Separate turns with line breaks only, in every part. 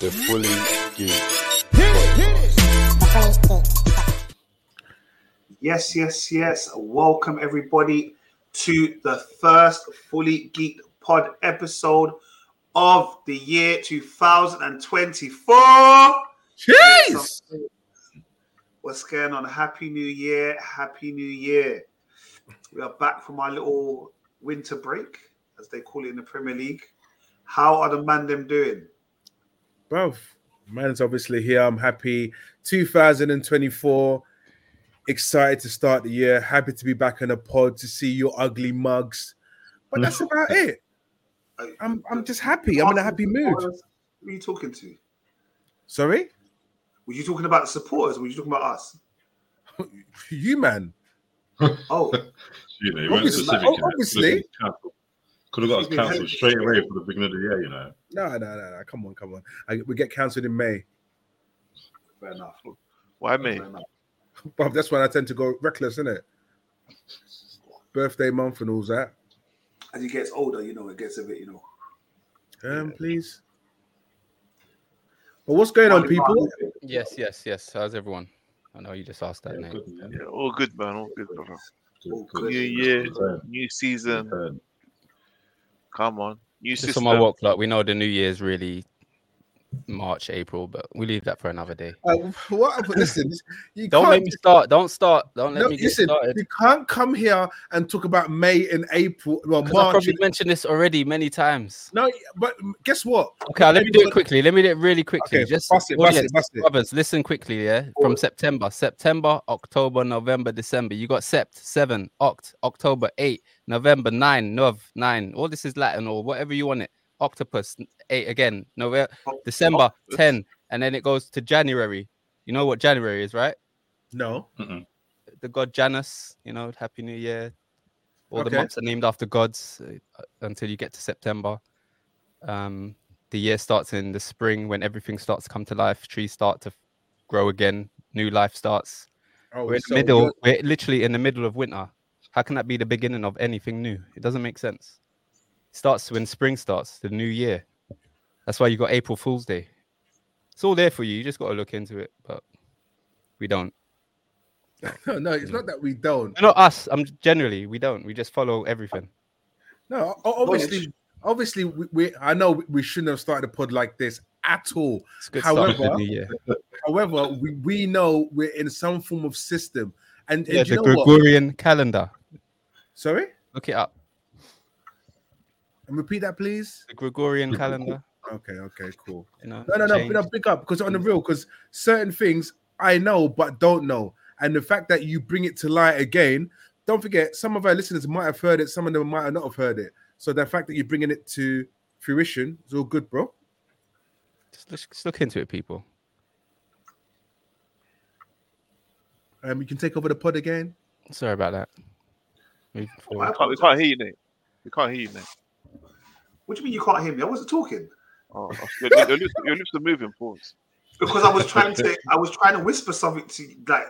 The fully geek.
Yes, yes, yes. Welcome everybody to the first Fully Geeked Pod episode of the year 2024.
Jeez!
What's going on? Happy New Year. Happy New Year. We are back from our little winter break, as they call it in the Premier League. How are the man them doing?
Bruv, man's obviously here. I'm happy. 2024. Excited to start the year. Happy to be back in a pod to see your ugly mugs. But that's about it. I'm I'm just happy. I'm in a happy mood.
Who are you talking to?
Sorry?
Were you talking about the supporters? Were you talking about us?
You man.
Oh,
You know, he went
Obviously-
specific.
obviously.
Could have got us cancelled straight away for the beginning of the year, you know.
No, no, no, no. Come on, come on. I, we get cancelled in May.
fair enough.
Why me?
Fair enough.
Bruv, that's when I tend to go reckless, isn't it? Birthday month and all that.
As he gets older, you know, it gets a bit, you know.
Um, please. But what's going on, people?
Yes, yes, yes. How's everyone? I know Oh, you just asked that,
Yeah,
name.
good, man.
Yeah, all good, man. All good, brother.
Oh,
Good,
good.
good.
New year,
Return,
new season.
return.
Come on. New
Just
system.
on my work clock, we know the New Year's really March, April, but we leave that for another day.
Uh, what? Listen, you
Don't
can't
make me start. Don't start. Don't let
No,
me get
listen,
started.
you can't come here and talk about May and April. Well,
'Cause I've
March.
probably mentioned this already many times.
No, but guess what?
Okay, let me do it quickly. Let me do it really quickly.
Okay,
just
bust it, bust it,
audience,
bust it.
brothers, listen quickly. Yeah, from September, September, October, November, December. You got Sept seven, Oct, October eight, November nine, Nov nine. All this is Latin or whatever you want it. Octopus eight again. November, December ten, and then it goes to January. You know what January is, right?
No.
Mm-mm.
The god Janus. You know, Happy New Year. All
Okay.
the months are named after gods uh, until you get to September. Um, the year starts in the spring when everything starts to come to life. Trees start to grow again. New life starts.
Oh,
We're in
so
the middle.
you're-
We're literally in the middle of winter. How can that be the beginning of anything new? It doesn't make sense. It starts when spring starts, the new year. That's why you got April Fool's Day. It's all there for you. You just got to look into it, but we don't.
No, no, it's not that we don't.
Not us. I'm generally we don't. We just follow everything.
No, o- obviously, obviously, we, we. I know we- we shouldn't have started a pod like this at all.
It's a good start to the
However,
new year.
However, we, we know we're in some form of system, and, and
Yeah, the
do you know what?
Gregorian calendar.
Sorry,
Look it up.
and repeat that, please.
The Gregorian calendar.
Okay, okay, cool.
You know,
No, no, no,
change.
no, pick up because on the real, because certain things I know but don't know, and the fact that you bring it to light again. Don't forget, some of our listeners might have heard it, some of them might have not have heard it. So the fact that you're bringing it to fruition is all good, bro.
Just look, just look into it, people.
Um, you can take over the pod again.
Sorry about that. Move
We
forward.
can't, we can't hear you, Nate. We can't hear you, Nate.
What do you mean you can't hear me? I wasn't talking
Oh, your, your, your, lips, your lips are moving. Pause.
because I was trying to. I was trying to whisper something to you, like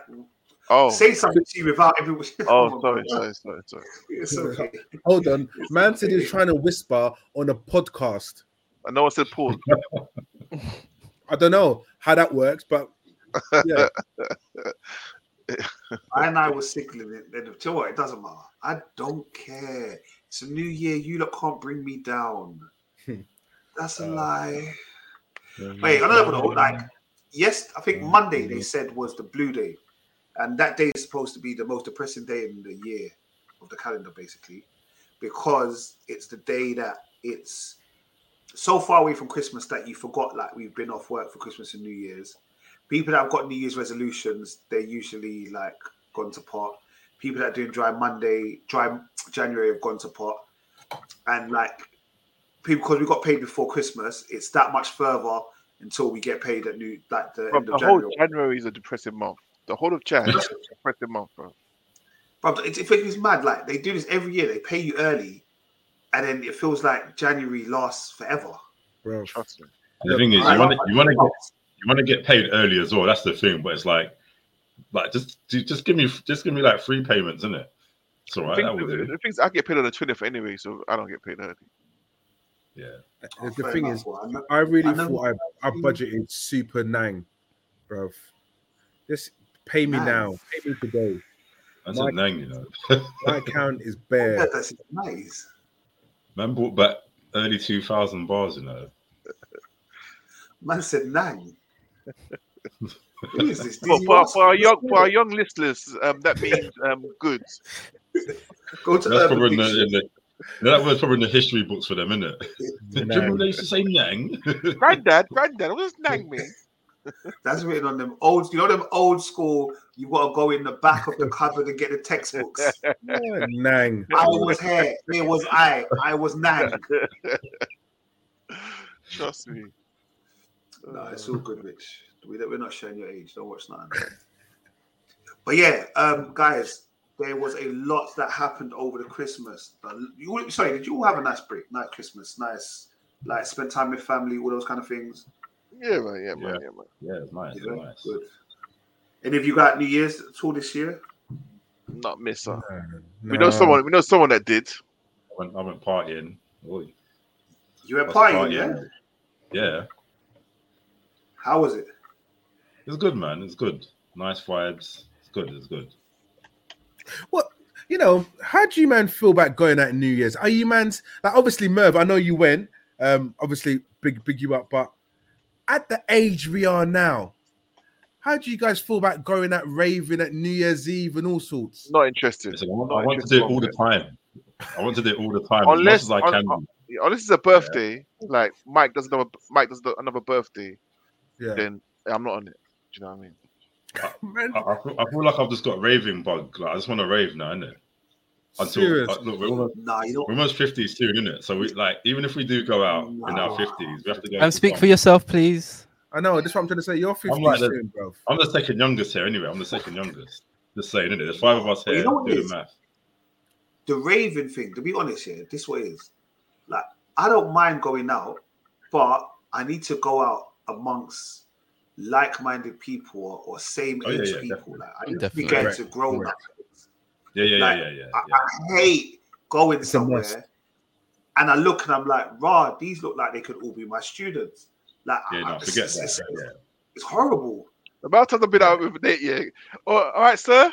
Oh,
say something to you without everyone.
oh, sorry, sorry, sorry, sorry.
It's okay.
Hold on, man said he's trying to whisper on a podcast.
And no one said pause.
I don't know how that works, but yeah,
I and I was signaling it. Then, tell you what, it doesn't matter. I don't care. It's a new year. You lot can't bring me down. That's a
Uh,
lie. Wait, on another note, like yes, I think Monday they said was the blue day, and that day is supposed to be the most depressing day in the year of the calendar, basically, because it's the day that it's so far away from Christmas that you forgot like we've been off work for Christmas and New Year's. People that have got New Year's resolutions, they're usually like gone to pot. People that are doing dry Monday, dry January have gone to pot, and like people because we got paid before Christmas, it's that much further until we get paid at new like the
Bro,
end of
the
January.
whole January is a depressing month. The whole of Jan is a depressing month, bro.
Bro, it, it feels mad. Like they do this every year. They pay you early, and then it feels like January lasts forever. Oh,
bro.
Trust me.
The thing is, you want to you want to get you want to get paid early as well. That's the thing, but it's like, like just ju- just give me just give me like three payments, isn't it? It's all
The
right. That
thing
will
is-
do.
the thing is, I get paid on the 20th anyway, so I don't get paid early.
Yeah.
Oh,
the
fair
thing
enough,
is,
bro. I know-
I really
I know-
thought I, I budgeted super nang, bruv. Just pay me
Nang.
now. Pay me today.
That's
Like-
a nang, you know.
My account is
Yeah,
bare.
that's nice.
Man brought back early 2000 bars, you know.
Man said nine. Who is this?
But
Dizzy
for,
Rascal?
for our young for our young listeners, um, that means um, goods.
Go to
That's probably
Urban
in the, in
Dictionary.
the, that was probably in the history books for them, isn't it? Did you remember
Nang.
they used to say nang?
Granddad, granddad, what does nang mean?
That's written on them old. You know them old school. You got to go in the back of the cupboard and get the textbooks.
Yeah, nang.
I was here. It was I. I was nine.
Trust me. Uh,
No, it's all good, Rich. We don't, we're not showing your age. Don't watch nothing. but yeah, um, guys, there was a lot that happened over the Christmas. Uh, You, all- sorry, did you all have a nice break? Nice Christmas, nice like spend time with family, all those kind of things.
Yeah, man. Yeah, man. Yeah, man.
yeah, it's nice.
Yeah,
nice.
good. And if you got New Year's at all this year,
Not miss her.
Nang.
We know
Nah.
someone. We know someone that did.
I, went, I went partying. Oi,
you were
I was
partying, yeah?
Yeah.
How was it?
It's good, man. It's good. Nice vibes. It's good. It's good.
you know, how do you man feel about going at New Year's? Are you man's like obviously Merv? I know you went. Um, obviously big big you up, but at the age we are now, how do you guys feel about going at raving at New Year's Eve and all sorts?
Not interested.
Listen, I want, I
Not
want to do it all the
interested.
time. I want to do it all the time
Unless-
as much as I can.
un-
uh,
Yeah, Unless it's Oh, a birthday, like Mike does another Mike does another birthday,
Yeah,
then I'm not on it. Do you know what I mean?
man,
I, I, feel, I feel like I've just got a raving bug. Like I just want to rave now, innit? Until
serious.
uh, look, we're almost,
Nah, you
we're
know.
almost fifties soon, innit? So we like even if we do go out in our fifties, we have to go.
Um,
to
speak
some-
for yourself, please.
I know. That's what I'm trying to say. You're 50
like the-
soon, bro.
I'm the second youngest here, anyway. I'm the second youngest. Just saying, innit? There's five of us
Well, you
here
know what it
doing
is?
math.
the raving thing, to be honest, yeah, this way is like I don't mind going out, but I need to go out amongst like-minded people or, or same
Oh, yeah,
age
yeah,
people.
definitely.
Like I need to be
Definitely.
going
Right.
to grow
Right.
up.
Yeah, yeah,
Like,
yeah, yeah, yeah.
I,
yeah.
I hate going
It's a must.
somewhere and I look and I'm like, rah, these look like they could all be my students. Like
Yeah,
I,
no,
it's,
forget
it's-
that.
it's-
Yeah.
it's horrible.
About time I've been out with a date, yeah. Oh, all right, sir.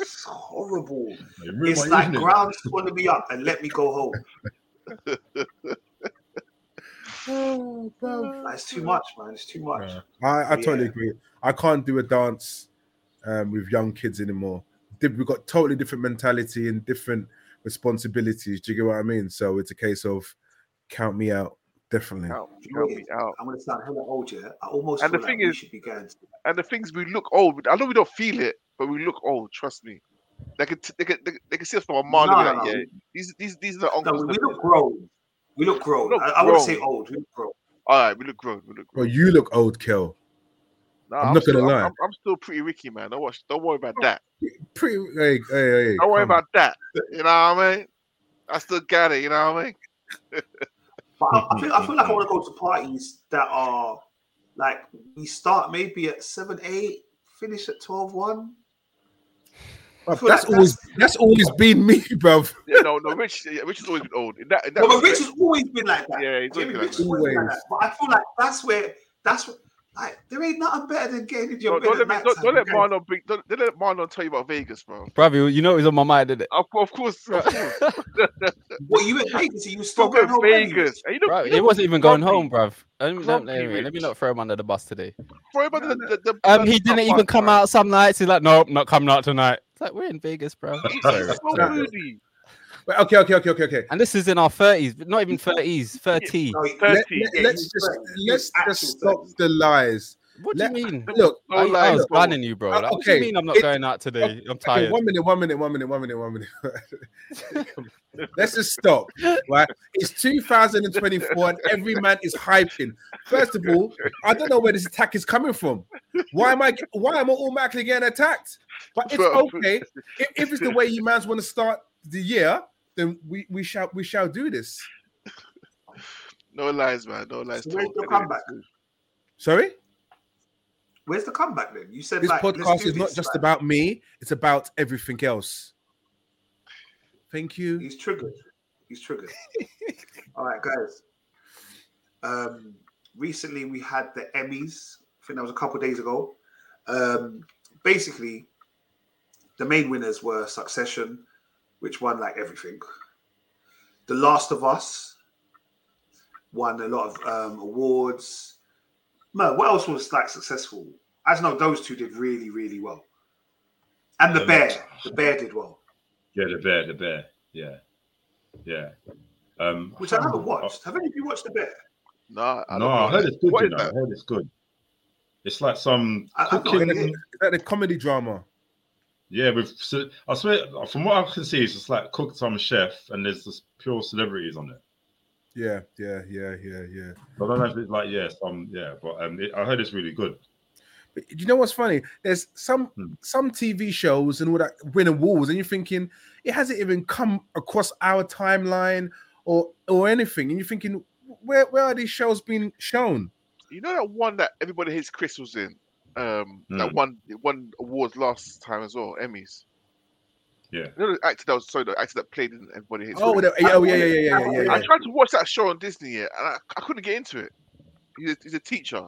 It's horrible.
You ruined
it's
my
like
evening.
ground swallowed me up and let me go home.
Oh, bruv.
Like, it's too much, man. It's too much.
Yeah. I, I totally
Yeah.
agree. I can't do a dance um, with young kids anymore. Di- We've got totally different mentality and different responsibilities. Do you get what I mean? So it's a case of count me out, definitely.
Count, count me out.
I'm gonna sound hella old, yeah. I almost
And
feel
the
like
thing
we
is-
should be going. To,
And the things we look old. I know we don't feel it, but we look old. Trust me. They could, they could, they could, they could see us from a mile
No,
away.
no,
like,
no.
Yeah, these, these, these are the
no,
uncles.
we
that-
look grown. We look grown.
We look
I, I wouldn't
grown.
say old. We look grown.
all right, we look grown. We look
Well,
grown.
you look old, Kel.
Nah,
I'm not
still,
gonna lie.
I'm, I'm, I'm still pretty Ricky, man. Don't watch. Don't worry about that.
Pretty. Hey, hey, hey.
Don't worry
come on.
about that. You know what I mean? I still got it. You know what I mean?
But I, I feel I feel like I want to go to parties that are like we start maybe at seven, eight, finish at 12, 1. I
Bruv,
feel
That's
like
always that's always been me, bruv.
Yeah, no, no. Rich, yeah, Rich has always been old. In that, in that
No, but
respect-
Rich has always been like that.
yeah, he's
Yeah,
always been like
Rich
that.
has always been like
Always.
that. But I feel like that's where that's where, like there ain't nothing better than getting in your bed
Don't, don't
at
let me,
night
don't,
time
don't let
and going-
Marlon bring, don't, don't let Marlon tell you about Vegas, bro.
Bruv, you, you know it was on my mind, didn't it?
Of, of course, of course.
What you went Vegas and you were still
Fuck
going home early,
Vegas. And you know,
Bruv,
you know
he wasn't even going home, bruv. Um,
Grumpy
Let me, anyway, let me
Rich.
not throw him under the bus today.
Sorry about the, the, the,
Um,
the-
he
the
didn't
bus,
even come
bro.
out some nights. He's like, nope, not coming out tonight. It's like we're in Vegas, bro.
He's
Sorry,
so
sorry.
moody.
But okay, okay, okay, okay, okay.
And this is in our thirties, but not even thirties, thirty.
No,
Let-
Let,
30,
yeah,
us
he's
just
right. He's
let's just
actual
stop
30.
the lies.
What do you
let-
mean?
Look,
No
I, I
lies,
was
bro.
banning you, bro. Like, What do
Okay,
you mean I'm not
it-
going out today? I'm
Okay,
tired.
one minute, one minute, one minute, one minute, one minute. Let's just stop. Right? It's 2024 and every man is hyping. First of all, I don't know where this attack is coming from. Why am I why am I automatically getting attacked? But it's
Bro.
okay. If, if it's the way you man's want to start the year, then we, we shall we shall do this.
No lies, man. No lies.
So where's
told.
your
Anyway,
comeback?
Sorry?
Where's the comeback then? You said
This
like, let's
podcast
do
is not
this,
just
like,
about me, it's about everything else. Thank you.
he's triggered. He's triggered. All right, guys. Um, recently, we had the Emmys. I think that was a couple of days ago. Um, basically, the main winners were Succession, which won like everything. The Last of Us won a lot of um, awards. No, what else was like successful? I just know those two did really, really well. And the
Um,
bear, the bear did well,
Yeah, the bear, the bear. Yeah, yeah. Um,
which I never watched. Have any of you watched the bear?
Nah, I don't
No,
know.
I heard it's good.
What
You
is
know, I
that?
heard it's good. It's like some
I- I've not
cooking.
heard it.
Is that the comedy drama?
Yeah, with so I swear, from what I can see, it's just like cooked some chef, and there's just pure celebrities on it.
Yeah, yeah, yeah, yeah, yeah.
So I don't know if it's like yeah, some yeah, but um, it, I heard it's really good.
But you know what's funny? There's some
Hmm.
some TV shows and all that winning walls, and you're thinking it hasn't even come across our timeline or or anything, and you're thinking where where are these shows being shown?
You know that one that everybody hates Chris was in? Um, That
Mm.
won it won awards last time as well, Emmys.
Yeah.
You know the actor that was sorry, the actor that played in Everybody Hates
Oh,
Chris?
the- yeah, oh, yeah, yeah, yeah, yeah, yeah, yeah,
I
yeah.
tried to watch that show on Disney yeah, and I, I couldn't get into it. He's a, he's a teacher.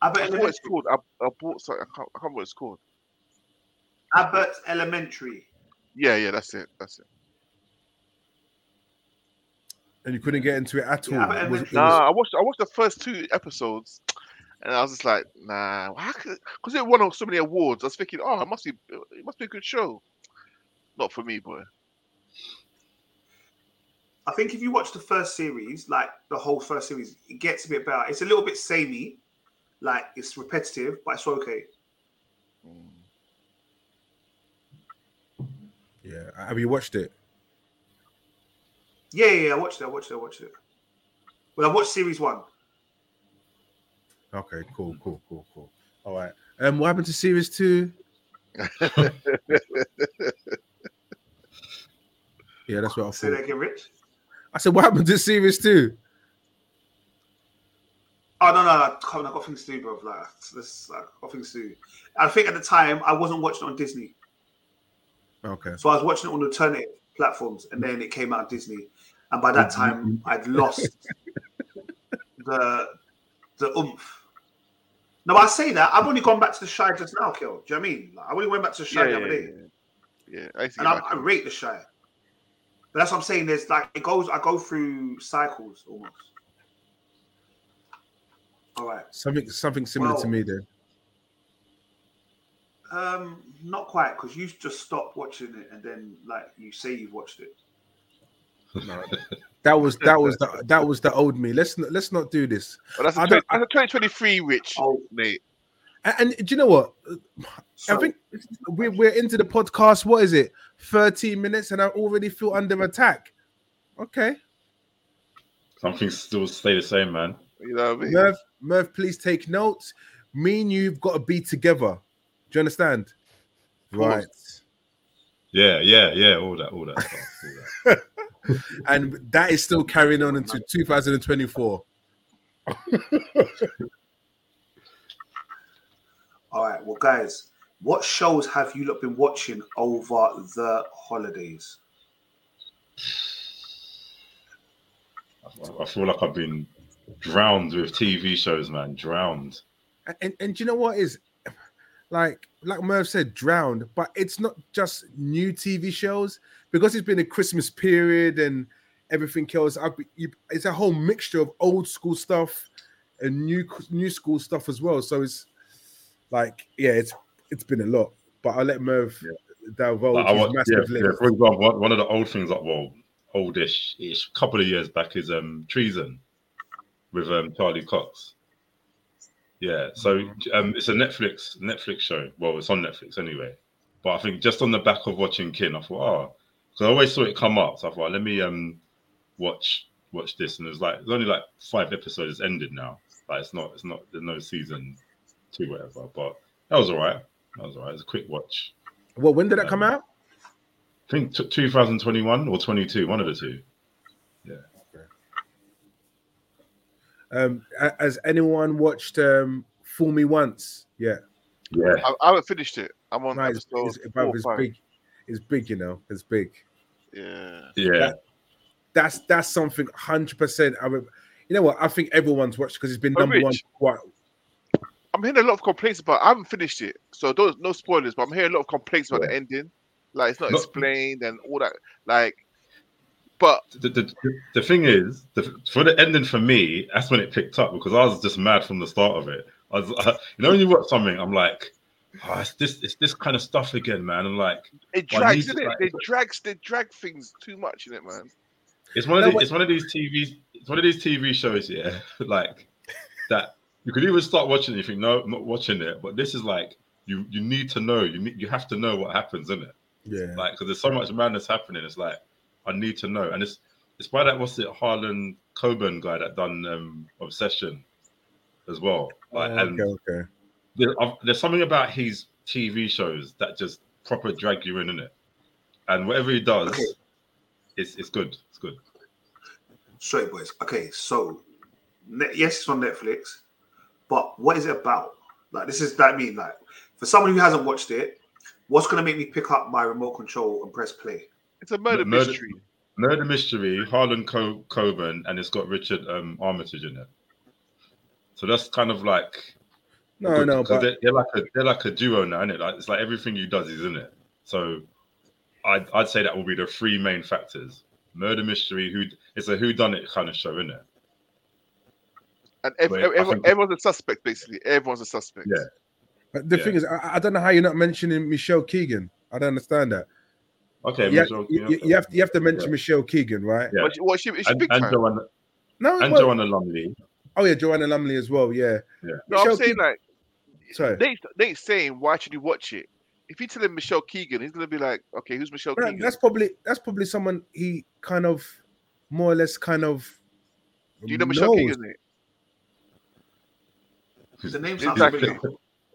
I
Abbott
forgot what it's
Elementary.
called. I, I bought something. I can't, I can't remember what it's called.
Abbott Elementary.
Yeah, yeah, that's it. That's it.
And you couldn't get into it at all.
Yeah, but-
It was- it was-
Nah, I watched. I watched the first two episodes, and I was just like, nah, because it won so many awards. I was thinking, oh, it must be, it must be a good show. Not for me, boy.
I think if you watch the first series, like the whole first series, it gets a bit better. It's a little bit samey, like it's repetitive, but it's okay.
yeah. uh, Have you watched it?
Yeah, yeah, yeah, I watched it. I watched it. I watched it. Well, I watched series one.
Okay, cool, cool, cool, cool. All right. Um, what happened to series two? yeah, that's what I
Say
thought.
that again, Rich.
I said, what happened to series two?
Oh no, no, I can't- I got things to do, bro. Like this, like, I got things to do. I think at the time I wasn't watching it on Disney,
Okay.
so I was watching it on alternative platforms, and then it came out on Disney, and by that time I'd lost the the oomph. No, I say that I've only gone back to the shy just now, Kel. Do you know what I mean? Like, I only went back to the shy
Yeah,
the other
yeah,
day,
yeah. yeah. I used to
and
get
I,
back
I
to it.
rate the shy. But that's what I'm saying. There's like it goes. I go through cycles almost. All right.
Something something similar to
Well-
me there.
Um, not quite, because you just stop watching it and then like you say you've watched it.
That was that was the that was the old me. Let's not let's not do this.
But that's a,
I
20,
don't-
that's a 2023, Rich.
Oh,
Mate,
And, and do you know what?
so
I think we're, we're into the podcast. What is it? 13 minutes, and I already feel under attack. Okay.
Some things still stay the same, man.
you know what I mean?
Merv, Merv, please take notes. Me and you've got to be together. Do you understand? Right.
Yeah, yeah, yeah. All that, all that stuff. All that.
And that is still carrying on into 2024.
all right, well, guys, what shows have you lot been watching over the holidays?
I- I feel like I've been drowned with TV shows, man. Drowned.
And, and, and do you know what is like like Merv said, drowned, but it's not just new TV shows because it's been a Christmas period and everything else. I've been, you, it's a whole mixture of old school stuff and new new school stuff as well. So it's like yeah, it's it's been a lot. But I'll let Merv divulge
Like, I
his
watched, yeah,
massive
yeah,
list.
for example, one, one of the old things, like well, oldish, ish, couple of years back is um Treason with um Charlie Cox. Yeah, so
Mm-hmm.
um it's a Netflix Netflix show. Well, it's on Netflix anyway. But I think just on the back of watching Kin, I thought, oh, because I always saw it come up, so I thought, let me um watch watch this, and it was like there's only like five episodes ended now. Like it's not, it's not, there's no season two, whatever. But that was all right. That was all right. It was a quick watch.
Well, when did that come out?
I think t- 2021 or 22, one of the two.
Um, a- has anyone watched um, Fool Me Once? Yeah,
Yeah.
I, I haven't finished it. I'm on
right. It's,
episode
it's-
four,
it's
five.
big. It's big, you know. It's big.
Yeah.
Yeah.
That's that's something hundred percent. I would, you know what? I think everyone's watched because it's been
But
number one.
Oh, Rich-
What?
I'm hearing a lot of complaints about. I haven't finished it, so those no spoilers. But I'm hearing a lot of complaints about the ending, like it's not
No.
explained and all that. Like, but
The, the, the thing is, the, for the ending for me, that's when it picked up because I was just mad from the start of it. I was, I, you know, when you watch something, I'm like, oh, it's this, it's this kind of stuff again, man. I'm like,
it
Well,
drags,
these-
in it.
like-
They drags, they drag things too much in it, man.
It's one of
No,
the,
but-
it's one of these TV it's one of these TV shows, yeah. like that you could even start watching it if you think, no, I'm not watching it. But this is like you you need to know you need, you have to know what happens in it.
Yeah.
Like because there's so much madness happening. It's like I need to know, and it's it's by that what's it Harlan Coburn guy that done um, Obsession as well. Like and
Oh, okay. Okay.
there, I've, there's something about his TV shows that just proper drag you in, innit? And whatever he does,
Okay.
it's it's good. It's good.
Straight boys. Okay, so ne- yes, it's on Netflix, but what is it about? Like, this is that I mean like for someone who hasn't watched it, what's gonna make me pick up my remote control and press play?
It's a murder,
Murder-
mystery.
Murder Mystery, Harlan Co- Coben, and it's got Richard um, Armitage in it. So that's kind of like
No, no,
because
but
they're, they're like a they're like a duo now, is Like it's like everything he does is in it. So I'd I'd say that will be the three main factors: murder mystery, who it's a who done it kind of show, isn't it?
And ev-
Wait,
ev-
I
ev-
think-
everyone's a suspect, basically. Everyone's a suspect.
Yeah.
But the
Yeah.
thing is, I, I don't know how you're not mentioning Michelle Keegan. I don't understand that.
Okay,
you,
Michelle-
you- you- you have to, you have to mention
Yeah.
Michelle Keegan, right?
Yeah.
But she, what, she, is she
and,
big
and
time?
Joanna
No,
and
well-
Joanna Lumley.
oh yeah, Joanna Lumley as well. Yeah.
Yeah.
no, I'm
Michelle
saying like
Keegan- sorry.
they they saying why should you watch it? If you tell him Michelle Keegan, he's gonna be like, okay, who's Michelle
Right,
Keegan?
that's probably that's probably someone he kind of more or less kind of
Do you know Michelle
knows.
Keegan? mate?
Hmm.
The name sounds
Exactly.
familiar.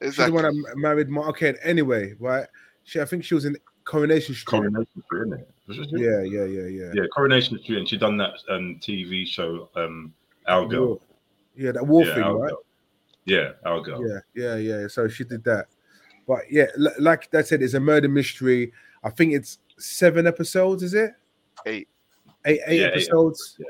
She's the
Exactly.
one that married Mark. Okay, anyway, right? She, I think she was in Coronation Street.
Coronation Street, isn't it? Was it?
yeah, yeah, yeah, yeah.
yeah, Coronation Street, and she done that um, TV show, um, Al Girl.
War. Yeah, that war
yeah,
thing,
Al
right?
Girl. Yeah, Al Girl.
Yeah, yeah, yeah. So she did that. But yeah, li- like I said, it's a murder mystery. I think it's seven episodes, is it?
Eight.
Eight, eight
Yeah, eight
episodes.
yeah.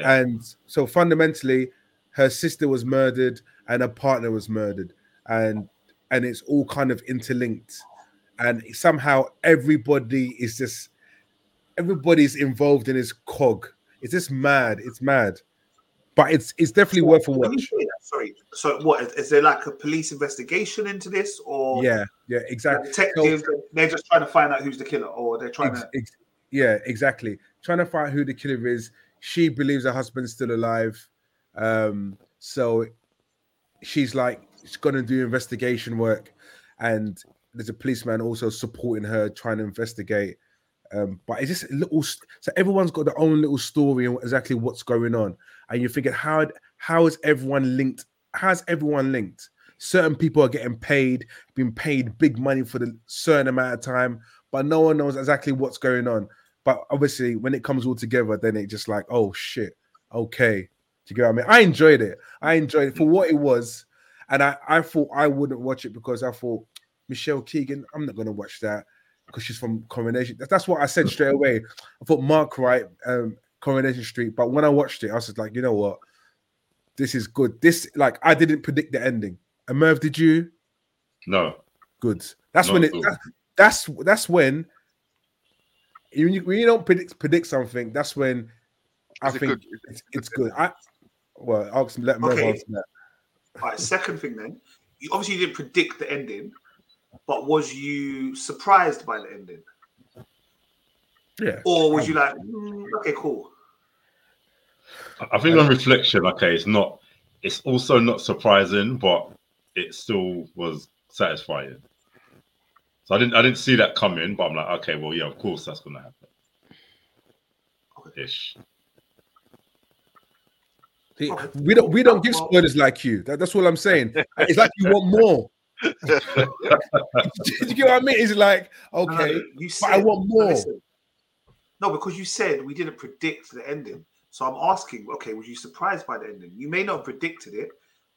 Yeah.
And so fundamentally, her sister was murdered and her partner was murdered. And and it's all kind of interlinked. And somehow everybody is just everybody's involved in his cog. It's just mad. It's mad. But it's it's definitely worth a
Let me
watch.
say that, Sorry. So what is, is there like a police investigation into this or
Yeah, yeah, exactly.
the detectives they're just trying to find out who's the killer or they're trying
Ex-
to
ex- yeah, exactly. Trying to find out who the killer is. She believes her husband's still alive. Um, so she's like, she's gonna do investigation work, and there's a policeman also supporting her trying to investigate. Um, but it's just a little s- so everyone's got their own little story and exactly what's going on, and you're thinking, how how is everyone linked? How's everyone linked? Certain people are getting paid, being paid big money for the certain amount of time but no one knows exactly what's going on. But obviously, when it comes all together, then it just like, oh shit, okay. Do you get what I mean? I enjoyed it. I enjoyed it for what it was, and I I thought I wouldn't watch it because I thought Michelle Keegan, I'm not gonna watch that because she's from Coronation. That's- That's what I said straight away. I thought Mark Wright, um, Coronation Street. But when I watched it, I was just like, you know what, this is good. This like I didn't predict the ending. And Merv, did you?
No,
Good. That's when
Not
it.
at all.
That, that's that's when. You, you- when you don't predict predict something, that's when I
Is it
think
good?
it's, it's good. I well, I'll ask, let me
Okay.
answer that.
All right, second thing then. You obviously didn't predict the ending, but was you surprised by the ending?
Yeah,
Or was you like, "Mm, okay, cool?
I- I think on reflection, okay, it's not. It's also not surprising, but it still was satisfying. So I didn't. I didn't see that coming, but I'm like, okay, well, yeah, of course that's gonna happen. Ish.
See,
Okay.
we don't we don't give
Well-
spoilers like you. That, that's what I'm saying. It's like you want more. Do you get what I mean? It's like
No, no,
okay,
you
but I
said,
want
no,
more.
listen. no, because you said we didn't predict the ending. So I'm asking, okay, was you surprised by the ending? You may not have predicted it,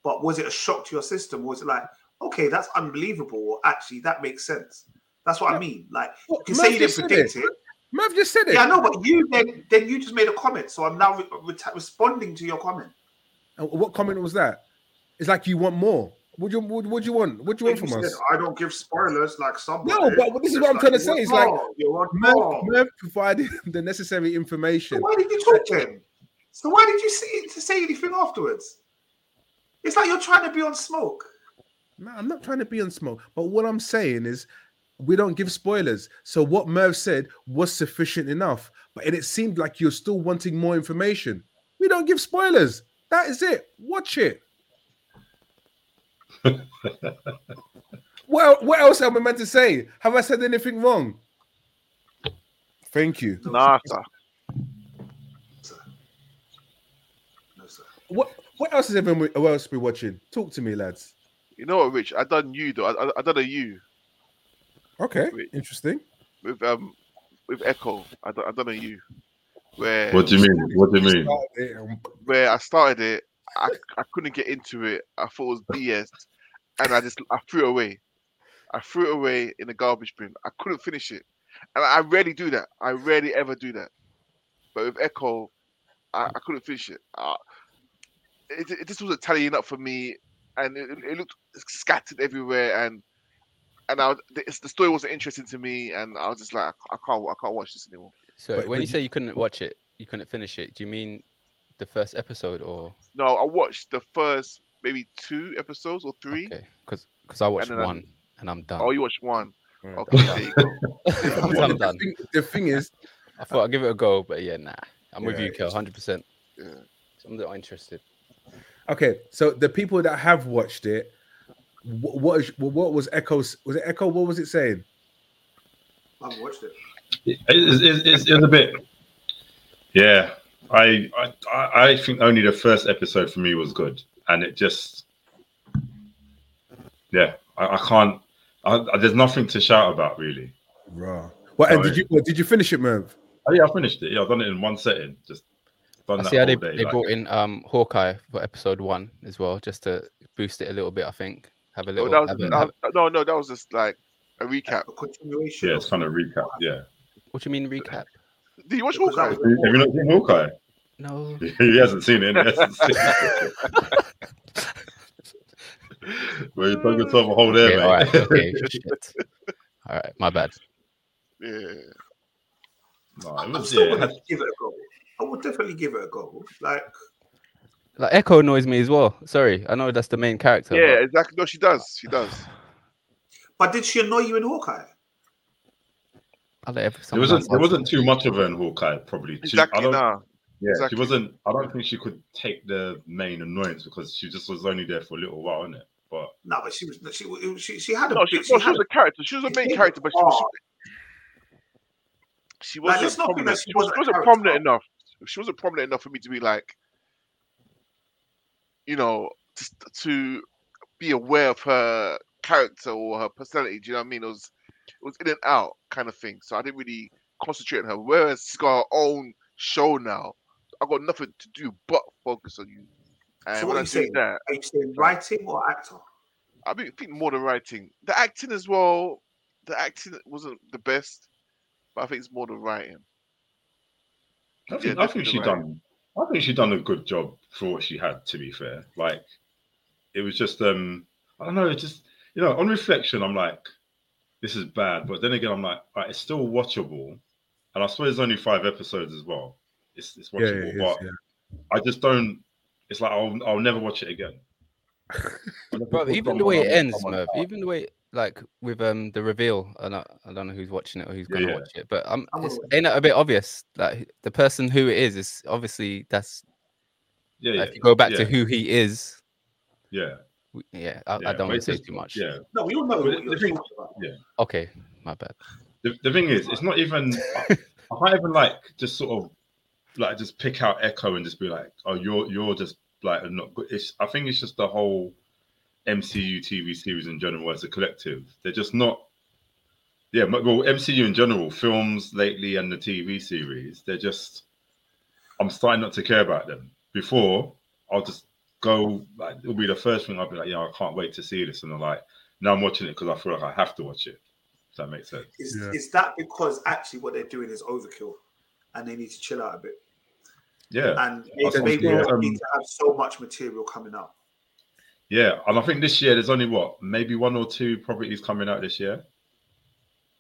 but was it a shock to your system? Was it like, okay, that's unbelievable, or actually that makes sense? That's what I mean. Like, you
Look,
can say you
Murphy
didn't
said
predict
it.
it.
Mav just said it.
Yeah, I know, but you then then you just made a comment, so I'm now re- reta- responding to your comment.
And What comment was that? It's like you want more. What do you what, what do you want? What do you want
You
from us?
said, I don't give spoilers like some.
No, but this is what I'm trying to say. It's like
you want
Merv,
more.
Merv provided the necessary information.
So why did you talk to him? So why did you see, to say anything afterwards? It's like you're trying to be on smoke.
No, I'm not trying to be on smoke, but what I'm saying is we don't give spoilers. So what Merv said was sufficient enough, but and it seemed like you're still wanting more information. We don't give spoilers. That is it. Watch it. well, what else am I meant to say? Have I said anything wrong? Thank you.
Nah, sir.
No, sir.
What what else is everyone what else we watching? Talk to me, lads.
You know what, Rich? I done you though. I, I, I done a you
Okay,
Wait.
interesting.
with um with Echo. I done, I done a you where
What do you mean? What do you mean?
where I started it. I, I couldn't get into it. I thought it was BS, and I just I threw it away. I threw it away in the garbage bin. I couldn't finish it, and I rarely do that. I rarely ever do that. But with Echo, I, I couldn't finish it. Uh, it, it. This wasn't tallying up for me, and it, it looked scattered everywhere, and and I was, the, the story wasn't interesting to me, and I was just like, I can't, I can't watch this anymore.
So
But-
when
but
you say you couldn't watch it, you couldn't finish it. Do you mean the first episode or
No, I watched the first maybe two episodes or three.
okay? Because I watched
then I-
one and I'm done.
Oh, you watched one.
Right.
Okay, there you go.
I'm,
Well,
I'm
the,
done.
thing, the thing is,
I thought I'd give it a go, but yeah, nah. I'm with
Yeah,
you, Kel, 100. percent
Yeah.
I'm not interested.
okay, so the people that have watched it, wh- what is, what was Echo's? Was it Echo? What was it saying?
I haven't watched it.
It- it's, it's, it's, it's a bit. Yeah, I, I I- I think only the first episode for me was good, and it just. Yeah, I, I can't. I, I- there's nothing to shout about really.
Raw. Well, and
Sorry.
did you well, did you finish it, Merv?
Oh yeah, I finished it. Yeah, I've done it in one setting. Just done
I
that
see how they,
all day.
they
like-
brought in um Hawkeye for episode one as well, just to boost it a little bit. I think have a
No,
little.
Oh, that was,
have a-
that-
have-
no, no, that was just like a recap.
A continuation.
yeah,
of-
it's kind of recap. Yeah,
what do you mean recap?
Did you watch
because that
Hawkeye?
was
have you
the-
not seen Hawkeye?
No.
he hasn't seen it. He hasn't seen it. well, you dug yourself a hole there,
okay,
mate.
all right. Okay. shit. All right. My bad.
Yeah.
No, it
I'm
was,
still
yeah,
gonna give it a go. I would definitely give it a go. Like
Like Echo annoys me as well. Sorry, I know that's the main character. but-
Yeah, exactly. No, she does. She does.
But did she annoy you in Hawkeye?
I'll let every-
There
someone
wasn't
else
there
answer.
wasn't too much of her in Hawkeye, probably. She, I
Exactly.
don't,
nah.
yeah, she
exactly.
wasn't. I don't think she could take the main annoyance because she just was only there for a little while, innit? But
No, but she was she she, she had a
No, she,
bit-
no, she
had
was a character. She was a main character, but she, was,
Oh,
she
Like,
wasn't
let's not think
prominent.
that she
She, was,
wasn't a
not
character.
prominent enough. She wasn't prominent enough for me to be like, you know, just to be aware of her character or her personality. Do you know what I mean? It was, it was in and out kind of thing. So I didn't really concentrate on her. Whereas she's got her own show now. I got nothing to do but focus on you. And
So what
when
are
I
you
do
saying?
that,
are you saying writing or actor?
I mean, I think more the writing. The acting as well. The acting wasn't the best, but I think it's more the writing.
I think,
Yeah,
I think she
definitely right.
done. I think she done a good job for what she had. To be fair, like it was just. um I don't know. It's just you know, on reflection, I'm like, this is bad. But then again, I'm like, all right, it's still watchable, and I suppose there's only five episodes as well. It's it's
Yeah, yeah,
watchable,
it is,
but
yeah.
I just don't. It's like I'll I'll never watch it again.
Bro, even the way it ends, Merv. Even the way, like with um the reveal, I don't, I don't know who's watching it or who's
Yeah,
gonna
yeah.
watch it, but um,
I'm gonna
it's,
watch
ain't it a bit obvious? Like the person who it is is obviously that's.
yeah,
if you go back to
yeah.
who he is,
yeah,
we- yeah, I,
Yeah,
I don't
but
want
it's
to say
just-
too much.
yeah.
No, we all know
Well,
what you're
the thing-
talking about.
Okay, my bad.
The, the thing is, it's not even. I, I can't even like just sort of like just pick out Echo and just be like, oh, you're you're just like not good. It's I think it's just the whole MCU TV series in general as a collective. They're just not. Yeah, but- well, MCU in general, films lately and the TV series, they're just. I'm starting not to care about them. Before, I'll just go. Like, it'll be the first thing I'll be like, yeah, I can't wait to see this, and I'm like, now I'm watching it because I feel like I have to watch it. that makes sense.
Is,
Yeah.
is that because actually what they're doing is overkill and they need to chill out a bit?
Yeah,
And they
think
maybe
so.
they
Yeah.
don't need to have so much material coming out.
yeah. And I think this year there's only what maybe one or two properties coming out this year.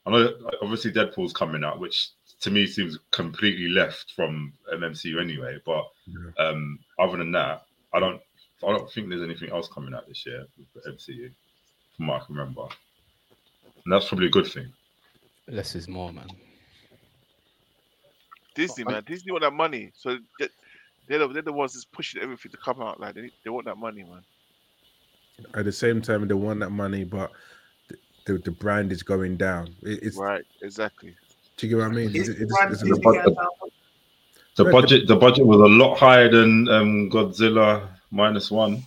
I know obviously Deadpool's coming out, which to me seems completely left from MMCU anyway. But
Yeah.
um, other than that, I don't I don't think there's anything else coming out this year with the MCU, from what I can remember. And that's probably a good thing.
Less is more, man.
Disney, man. Disney want that money, so they- they're the, they're the ones that's pushing everything to come out. Like they, they want that money, man.
At the same time, they want that money, but the, the, the brand is going down. It, it's
Right, exactly.
do you get what I mean?
Is
It's, it's,
Brad
it's-
Disney
budget.
getting down?
The
Right.
budget the budget was a lot higher than um, Godzilla minus one.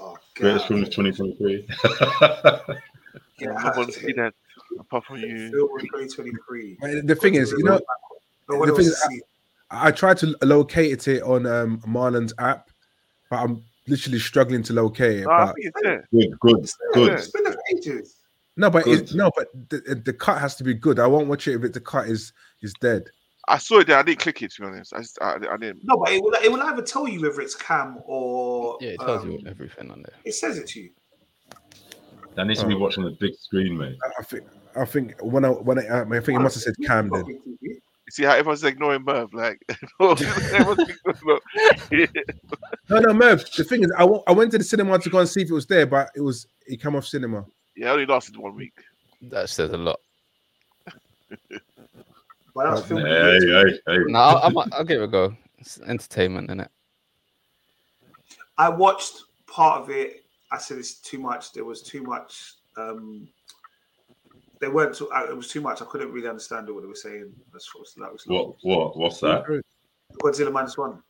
Oh,
Greatest
God.
film of 2023.
Yeah,
no one see that apart from you.
Film in 2023.
But the thing is, you know,
No one
the thing
else
is,
see.
I tried to locate it on um, Marlon's app, but I'm literally struggling to locate it.
No, I
but
think it's there.
good, good.
It's been-
good.
It's been there for ages.
no, but it's,
Good.
no, but the, the cut has to be good. I won't watch it if it, the cut is is dead.
I saw it there. I didn't click it to be honest. I, just, I, I didn't.
No, but it will, it will either tell you whether it's cam or.
Yeah, it tells
um,
you everything on there.
It says it to you.
That needs to be watched on the big screen, mate.
I- I think I think when I when I, I think it must have said Camden.
You see how everyone's ignoring Merv, like everyone's ignoring Merv.
No, no, Merv. The thing is, I wa- I went to the cinema to go and see if it was there, but it was it came off cinema.
Yeah, it only lasted one week.
That says a lot.
But that's
Hey,
filmed.
hey, hey.
No, I'll, I'll, I'll give it a go. It's entertainment, innit?
I watched part of it. I said it's too much. There was too much. Um, they weren't. Too, uh, it was too much. I couldn't really understand what they were saying. That's what that was.
What, what, what's that?
Godzilla minus one.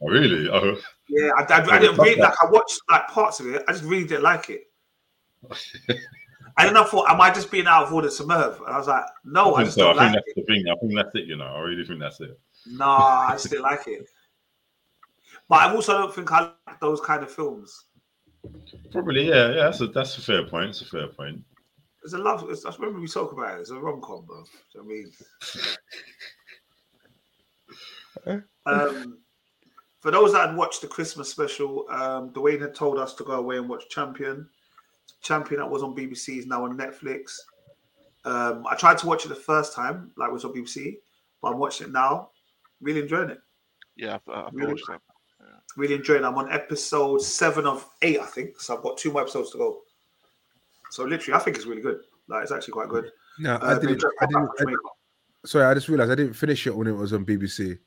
Oh, really? Oh,
Yeah, I, I, I didn't really like. I watched like parts of it. I just really didn't like it. And then I thought, am I just being out of order to Merv? And I was like, no, I
I think
just
so.
don't
I think
like
that's
it.
the thing. I think that's it. You know, I really think that's it.
Nah, I just didn't like it. But I also don't think I like those kind of films.
Probably, yeah, yeah. That's a that's a fair point. It's a fair point.
It's a love. It's, I remember we talk about it. It's a rom com, bro. Do you know what I mean, um, for those that had watched the Christmas special, um, Dwayne had told us to go away and watch Champion. Champion that was on BBC is now on Netflix. Um, I tried to watch it the first time, like it was on BBC, but I'm watching it now. Really enjoying it.
Yeah, I, I, I
Really?
watched that.
Really enjoying it. I'm on episode seven of eight, I think. So I've got two more episodes to go. So literally, I think it's really good. Like it's actually quite good.
No,
Uh,
I didn't.
Pedro
I
Pablo
didn't. I,
Jamaica.
sorry, I just realized I didn't finish it when it was on BBC.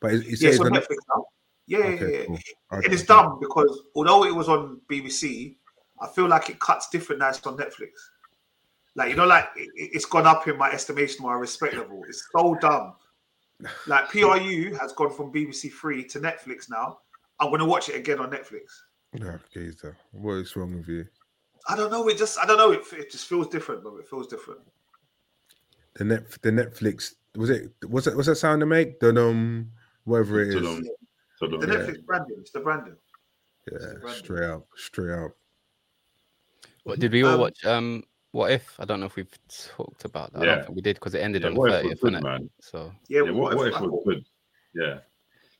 But it, it
yeah,
says
it's on
on
Netflix now. Yeah, yeah, yeah,
Okay,
yeah.
cool.
And
Okay.
it's dumb because although it was on BBC, I feel like it cuts different now it's on Netflix. Like you know, like it, it- it's gone up in my estimation, my respect level. It's so dumb. Like PRU has gone from BBC Three to Netflix now. I'm gonna watch it again on Netflix.
No, geezer, what is wrong with you?
I don't know. It just I don't know. It, it just feels different, but it feels different.
The net, the Netflix was it? Was it? Was that sound to make? Dum, whatever it is.
Dun-dum. So
The
look,
Netflix branding, it's the branding.
Yeah, straight up, straight up.
What
Mm-hmm.
did we all
Um,
watch? Um, what if? I don't know if we've talked about that. I
Yeah.
don't think we did because it ended
yeah,
on the
what if it was
thirtieth,
good,
innit?
man?
So
Yeah,
Yeah, what, what if
I
it was
thought-
good? Yeah,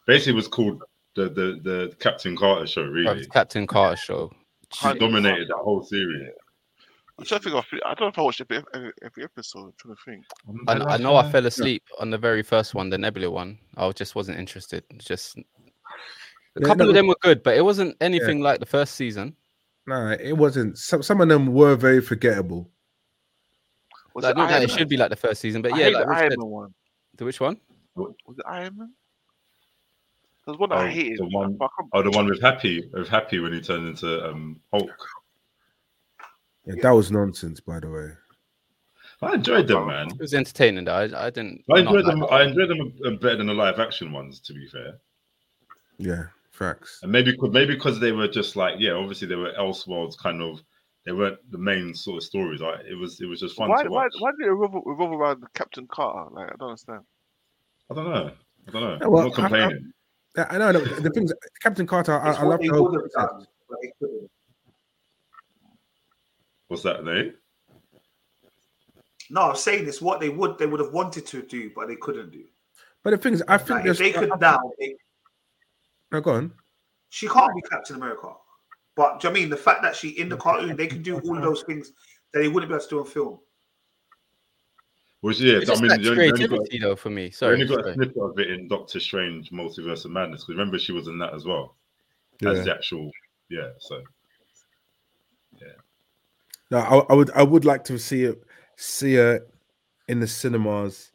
basically, it was called the the the Captain Carter show.
bruv,
Really,
Captain Carter show.
Can't-
dominated that whole series.
I'm trying to think. Of, I don't know if I watched every, every, every episode. I'm trying to think.
I, I know I fell asleep on the very first one, the Nebula one. I just wasn't interested. It's Just a
Yeah,
couple
no,
of them were good, but it wasn't anything like the first season.
Nah, it wasn't. Some some of them were very forgettable.
Was
Like,
it
not that
Iron
it
Man?
should be like the first season, but
I
yeah,
hate
like
the
we
Iron
said-
Man one.
the which one?
Was it Iron Man? There's one that
Oh,
I hated.
the one-
but I can't-
Oh, the one with Happy, with Happy when he turned into um, Hulk.
Yeah, that was nonsense, by the way.
I enjoyed them, man.
It was entertaining. Though. I I didn't.
I
not
enjoyed
like
them.
it.
I enjoyed them uh, better than the live action ones, to be fair.
Yeah, facts.
And maybe 'cause- maybe because they were just like, yeah, obviously they were Elseworlds kind of. They weren't the main sort of stories. I, it was it was just fun
why,
to
why,
watch.
why did it revolve, revolve around Captain Carter? Like I don't understand.
I don't know. I don't know.
Yeah, well,
I'm not
I- I-
complaining.
I I know no, the things. Captain Carter, I,
It's
I
what
love
they
the whole
would have
concept.
done, but they couldn't.
eh? What's that name?
No, I'm saying it's what they would they would have wanted to do, but they couldn't do.
But the thing is, I think
Like, if
there's-
they could now, they,
No, go on.
she can't be Captain America. But do you know what I mean the fact that she in the cartoon, they can do all of those things that they wouldn't be able to do on film.
Which yeah,
It's
I
just
mean,
that
you only, you only got,
creativity, though, for me.
you only
Sorry.
got a
sorry.
snippet of it in Doctor Strange: Multiverse of Madness. Because remember, she was in that as well as the actual. Yeah, so
No, I, I would I would like to see it see her in the cinemas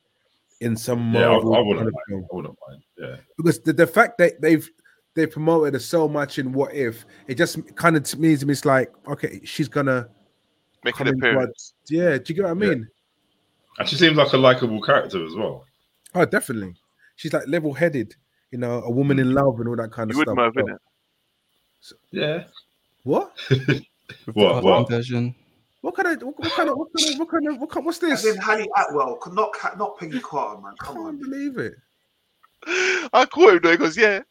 in some
yeah, I, I
Marvel
wouldn't
kind of
mind.
film.
I wouldn't mind. Yeah,
because the, the fact that they've they promoted her so much in What If it just kind of means it's like okay she's gonna
Make an
Coming to
appearance.
yeah do you get what I
Yeah.
mean
and she seems like a likable character as well.
oh definitely she's like level headed you know a woman in love and all that kind of
You would
stuff
Merv,
So-
innit?
Yeah,
what
What, what?
Version.
what kind of what, what kind of what kind of what kind of what kind, what's this
As in Hallie Atwell, not Ca- not Peggy Carter, man.
I
Come
can't
on.
believe it
I caught him though. He goes, yeah.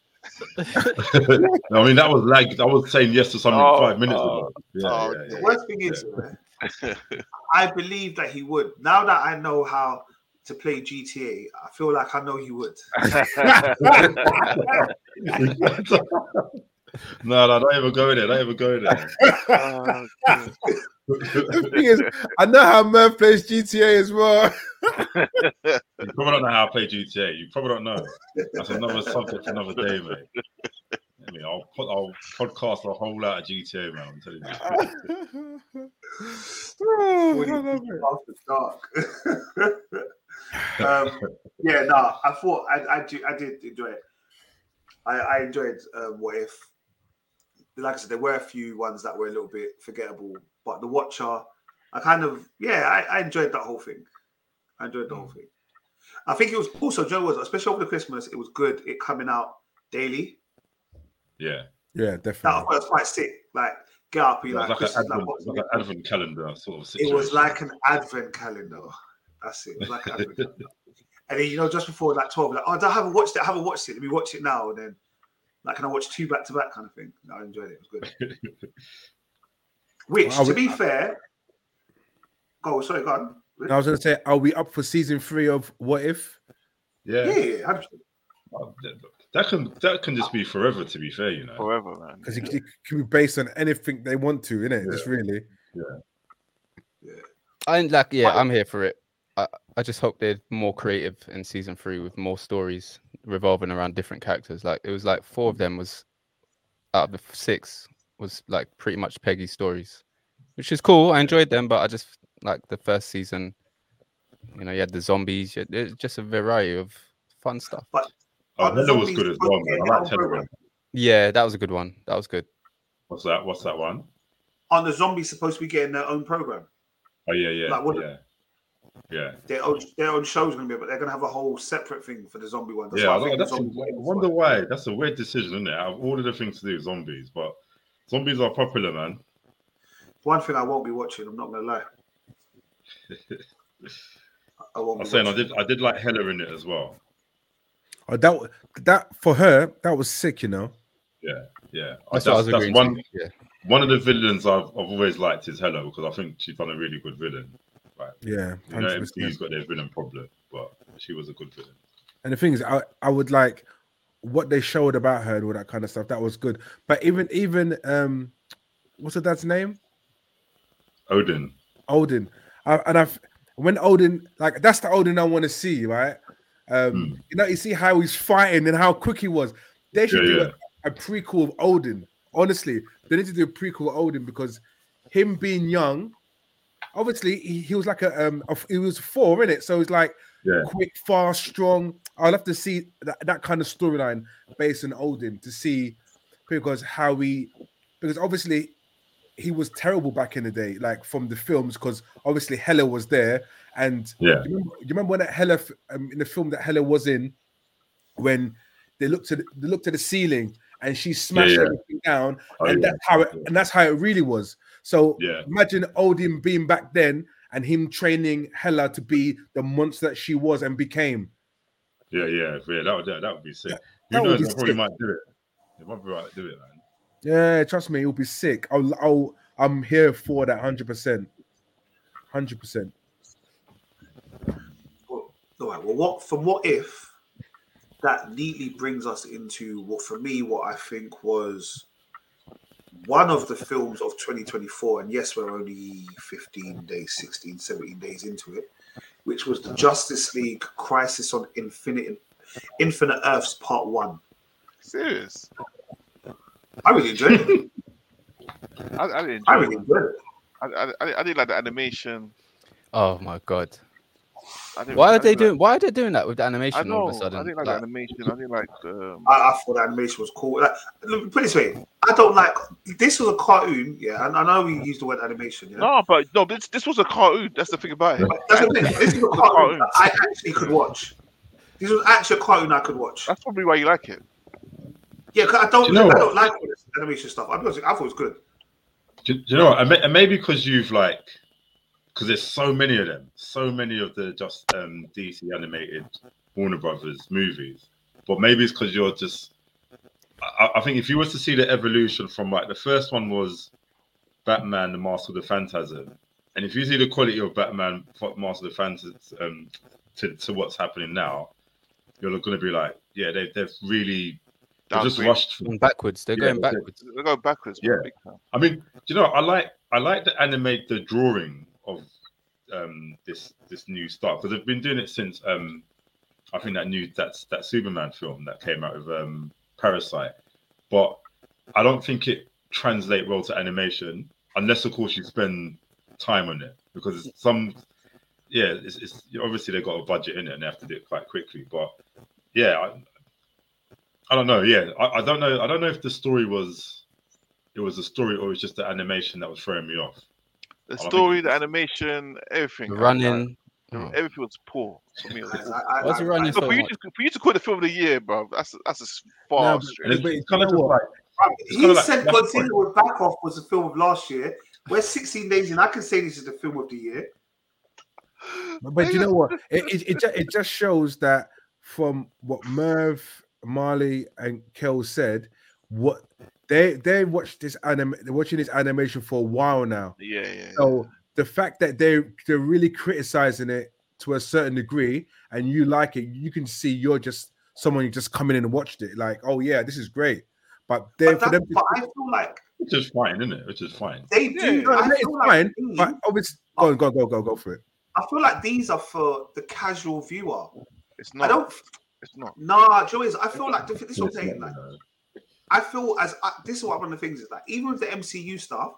I mean, that was like I was saying yes to something
Oh,
five minutes
oh,
ago. Yeah,
oh,
yeah,
The
yeah.
worst thing is, yeah, I believe that he would. Now that I know how to play GTA, I feel like I know he would.
no, no, don't ever go there. Don't ever go there.
Oh, God.
the thing is I know how Merv plays GTA as well
You probably don't know how I play GTA. You probably don't know. That's another subject for another day, mate. I mean, I'll put I'll podcast a whole lot of GTA, man. I'm telling you.
oh, I love it.
After dark. um, yeah, no, I thought I, I, do, I did enjoy it. I, I enjoyed uh, What If. Like I said, there were a few ones that were a little bit forgettable, but The Watcher, I kind of, yeah, I, I enjoyed that whole thing. I enjoyed the whole thing. I think it was also, do you know what, especially over the Christmas, it was good it coming out daily.
Yeah,
yeah
That I thought
definitely
was quite sick. Like, get up, be
it's
Mm. like,
like,
this
an
is like
advent,
what's
like an advent calendar sort of
it
situation.
was like an advent calendar. That's it. It was like an advent calendar. And then you know, just before like twelve, like oh, I haven't watched it. I haven't watched it. Let me watch it now. And then, like, can I watch two back to back kind of thing? No, I enjoyed it. It was good. Which,
Well, I
to
would-
be fair, go. sorry, go on.
I was gonna say are we up for season three of What If
yeah, Oh,
Yeah, yeah, absolutely.
that can that can just be forever. To be fair, you know.
Forever, man.
because it, it can be based on anything they want to, innit? it? Just really.
I ain't like, yeah, I'm here for it. I, I just hope they're more creative in season three with more stories revolving around different characters. Like it was like four of them was out of the f- six was like pretty much Peggy's stories, which is cool. I enjoyed them, but I just like the first season. You know, you had the zombies. You had, there's just a variety of fun stuff.
Oh,
Oh, the
Hella was
zombies
good as
were
well, man. I
in
like
our
Hella.
program.
Yeah, that was a good one. That was good.
What's that? What's that one?
Aren't the zombies supposed to be getting their own program?
Oh yeah, yeah,
Like, what-
yeah, yeah.
Their own their own show's gonna be, but they're gonna have a whole separate thing for the zombie one. That's
yeah,
why
I,
I think
that's a,
the
I
zombie one was
wonder
fun.
why. That's a weird decision, isn't it? Out of all of the things to do, with zombies, but zombies are popular, man.
One thing I won't be watching. I'm not gonna lie. I won't.
I'm
be
saying I
watching.
did. I did like Hella in it as well.
Oh, that wa- that for her, that was sick, you know.
Yeah, I-
That's,
that's,
what I was
that's
agreeing
one
to. Yeah.
one of the villains I've, I've always liked is Hella because I think she's done a really good villain.
Yeah,
You know,
100%.
MCU's got their villain problem, but she was a good villain.
And the thing is, I, I would like what they showed about her and all that kind of stuff. That was good. But even even um, what's her dad's name?
Odin.
Odin. I, and I've when Odin like that's the Odin I want to see, right? Um,
Hmm.
you know, you see how he's fighting and how quick he was. They should
Yeah,
do
yeah.
A, a prequel of Odin. Honestly, they need to do a prequel of Odin because him being young, obviously he, he was like a um, a- he was four in it, so he's like
Yeah.
quick, fast, strong. I'll have to see that, that kind of storyline based on Odin to see because how he because obviously he was terrible back in the day, like from the films, because obviously Hella was there. And
Yeah.
you remember, you remember when that Hella f- um, in the film that Hella was in, when they looked at they looked at the ceiling and she smashed
yeah.
everything down,
Oh,
and
yeah.
that's how it
yeah.
and that's how it really was. So
Yeah.
imagine Odin being back then and him training Hella to be the monster that she was and became.
yeah, yeah, yeah. That would that, that would be sick.
that
Who
would
knows?
be
They probably
sick.
might do it. They might be right to do it, man.
Yeah, trust me, it'll be sick. I'll, I'll I'm here for that hundred percent, hundred percent.
Well, what from what if that neatly brings us into what for me what I think was one of the films of 2024 and yes we're only 15 days 16 17 days into it which was the justice league crisis on infinite infinite earths part one
Serious.
i really enjoyed it
I, I didn't.
i
enjoy
really
it.
enjoyed it
I, I, I, I didn't like the animation.
Oh my god!
I didn't,
Why
I
are they
didn't like-
doing? Why are they doing that with the
I
animation all
know.
of a
I
sudden?
didn't like, the
Like,
animation. I didn't like. Um,
I, I thought the animation was cool. Like, look, put it this way, I don't like this was a cartoon, yeah. And I know we use the word animation, yeah.
no, but no, this, this was a cartoon. That's the thing about it.
But that's the thing. This is a
was a
cartoon
cartoon.
that I actually could watch. This was actually a cartoon I could watch.
That's probably why you like it.
Yeah, 'cause I don't,
Do you know
I
what?
don't like all this animation stuff. I'll be honest, with you, I thought it was good.
Do, do you know what? And may- and maybe because you've like, because there's so many of them, so many of the just um, DC animated Warner Brothers movies. But maybe it's because you're just. I, I- I think if you was to see the evolution from like the first one was Batman, the Master of the Phantasm, and if you see the quality of Batman, F- Master of the Phantasm, um, to to what's happening now, you're going to be like, yeah, they they've really they've just
Downgrade.
rushed
going backwards. They're
Yeah,
going
that's it.
backwards.
They go backwards.
Yeah.
big time.
I mean, do you know, I like I like the animate the drawing of um this this new stuff because they've been doing it since um I think that new that's that Superman film that came out of um Parasite, but I don't think it translate well to animation unless of course you spend time on it because some yeah it's, it's obviously they've got a budget in it and they have to do it quite quickly but yeah I, I don't know yeah I, I don't know I don't know if the story was it was a story or it was just the animation that was throwing me off.
The
I think
story,
it's-
the animation, everything.
The
I-
running.
I-
Oh.
everything was poor for me. It was
I,
poor.
I,
What's
I-
running
I-
So
so
for you
much?
to for you to call the film of the year, bro, that's that's a s- far
No, but-
stretch.
And it's,
But
it's
you
kind of
know
just
what?
like It's
He
kinda like-
said
that's
Godzilla with Back Off was the film of last year. We're 16 days in. I can say this is the film of the year.
But you know what? It it, it, ju- it just shows that from what Merv, Marley, and Kel said, what they they watched this anime, they're watching this animation for a while now.
Yeah, yeah. yeah.
So the fact that they they're really criticizing it to a certain degree, and you like it, you can see you're just someone who just come in and watched it. Like, oh yeah, this is great. But then
But,
for
that,
them, to-
but I feel like
which is fine, isn't it? Which is fine.
they do.
Yeah,
I
it's
feel like
fine.
these-
but obviously, go on, go on, go on, go on, go for it.
I feel like these are for the casual viewer.
It's
I
not.
don't.
It's not.
Nah, Joe is. I feel like this is what I'm saying. Like,
No,
I feel as I, this is what one of the things is like. Even with the MCU stuff,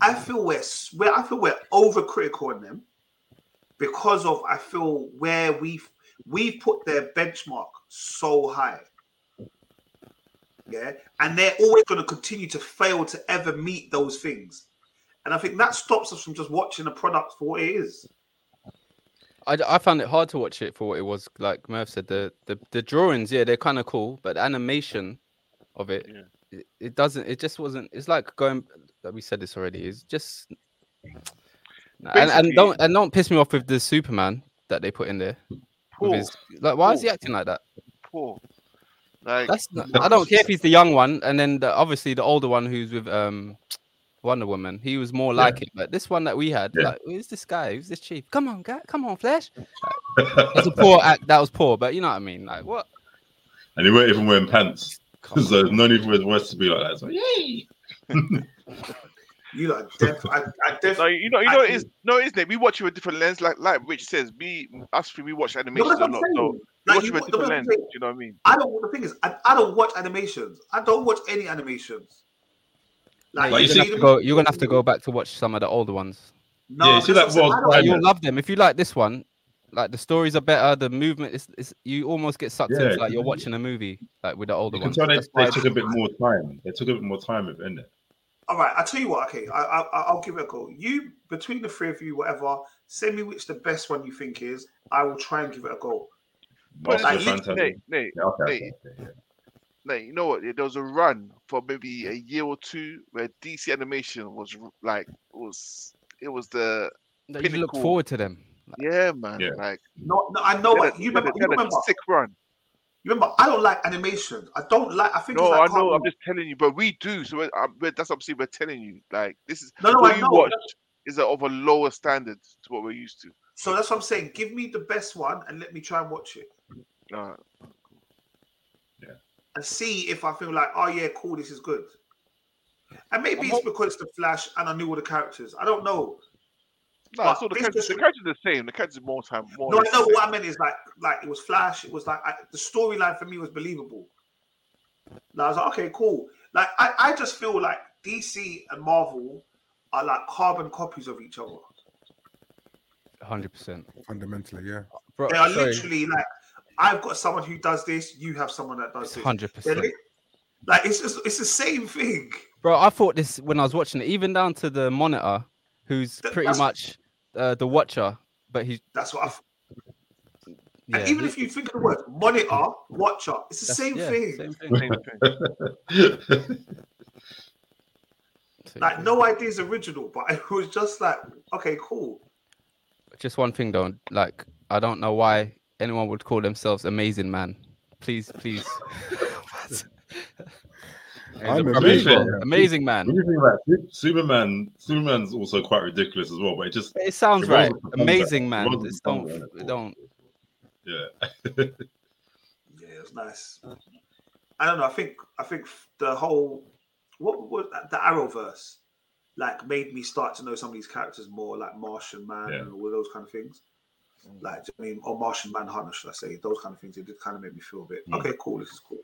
I feel we're s- we're I feel we're overcritical on them because of I feel where we've we put their benchmark so high. Yeah, and they're always going to continue to fail to ever meet those things, and I think that stops us from just watching a product for what it is.
I, I found it hard to watch it for what it was. Like Murph said, the the, the drawings, yeah, they're kind of cool, but the animation of it,
Yeah.
it, it doesn't. It just wasn't. It's like going. Like we said this already. It's just. Nah, And, and
Basically-
don't and don't piss me off with the Superman that they put in there. with
Poor.
his- like, why is he
Cool.
acting like that?
Poor. Like
That's not, I don't care if he's the young one, and then the, obviously the older one who's with um Wonder Woman. He was more like it, but this one that we had,
Yeah.
like, who's this guy? Who's this chief? Come on, guy, come on, Flash. That's
no.
a poor act. That was poor, but you know what I mean. Like what?
and they weren't even wearing pants,
Come
so
on.
there's no need for his words to be like that. It's like, yay!
You know, def- I, I def-
No, you know, you
I
know, it
think-
is no, isn't it? We watch it with a different lens, like like Rich says. We us three, we watch
No,
animations
that's
a
what
lot,
I'm
so
saying.
we
Like,
watch
you
it with
wa- no, but
a different
I'm
lens.
saying-
You know what I mean?
I don't. The thing is, I, I don't watch animations. I don't watch any animations.
Mate,
Like,
you're,
you see-
gonna have to go, you're gonna have to go back to watch some of the older ones.
No,
Yeah, you see
that's
that
what I'm
world
saying, I
Like,
Like,
you'll
yeah.
love them if you like this one. Like the stories are better, the movement is, is you almost get sucked
Yeah,
into like you're
you-
watching a movie like with the older
You can
ones.
tell they,
That's why
they
I-
took a bit more time. They took a bit more time with it, innit?
All right, I tell you what. Okay, I, I I- I'll give it a go. You between the three of you, whatever. Send me which the best one you think is. I will try and give it a go.
But
Master
like,
of
like,
the
literally,
Nate,
Phantasm.
Nate, Nate,
Yeah, okay, okay, okay, yeah.
Nate, you know what? There was a run for maybe
Mm-hmm.
a year or two where DC animation was r- like was it was the
that you look
pinnacle.
forward to them.
yeah man
Yeah.
like
No, no, I know.
they
But
had a-
you
they had
remember?
a- they
You
had a
remember?
sick run.
You remember? I don't like animations. I don't like. I think.
No,
it's
I
like
know. I'm
cartoons.
just telling you, but we do. So we're, I'm- we're, that's what I'm saying. We're telling you, like this is
No, no,
what
I
you
know.
watch is of a lower standard to what we're used to.
So that's what I'm saying. Give me the best one and let me try and watch it
Alright.
and see if I feel like, oh yeah, cool, this is good. And maybe it's because it's the Flash and I knew all the characters. I don't know.
No,
But
so the
this
characters,
is-
the characters are the same. The characters are more time. More
No,
or
I
less
know
the
what I meant is like, like it was Flash. It was like I, the storyline for me was believable. Now I was like, okay, cool. Like I, I just feel like DC and Marvel are like carbon copies of each other.
100%.
fundamentally, yeah.
Bro,
They are
sorry,
literally like, I've got someone who does this. You have someone that
it's
does this.
100%.
They're li- like it's just, it's the same thing.
Bro, I thought this when I was watching it, even down to the monitor, who's
Th-
pretty
that's-
much uh, the watcher, but he's
That's what I. f-
yeah,
and even
he-
if you think of the word monitor, watcher, it's the
that's-
same
yeah,
thing.
same thing.
same thing.
Same
Like
thing.
no ideas original, but it was just like, okay, cool.
Just one thing though, like I don't know why anyone would call themselves amazing man. Please, please.
I'm
I mean,
amazed.
fair,
amazing man.
When you think about it, Superman, Superman's also quite ridiculous as well, but it just
It sounds
It
right.
wasn't the
Amazing
concept. It
man.
wasn't
It's
the
don't
concept at
it
all.
don't
yeah.
Yeah, it was nice. I don't know. I think I think the whole what was the Arrowverse like made me start to know some of these characters more, like Martian Man
Yeah.
and all those kind of things. Like I mean, or Martian Manhunter, should I say? Those kind of things. It did kind of make me feel a bit
Mm.
okay, cool. This is cool.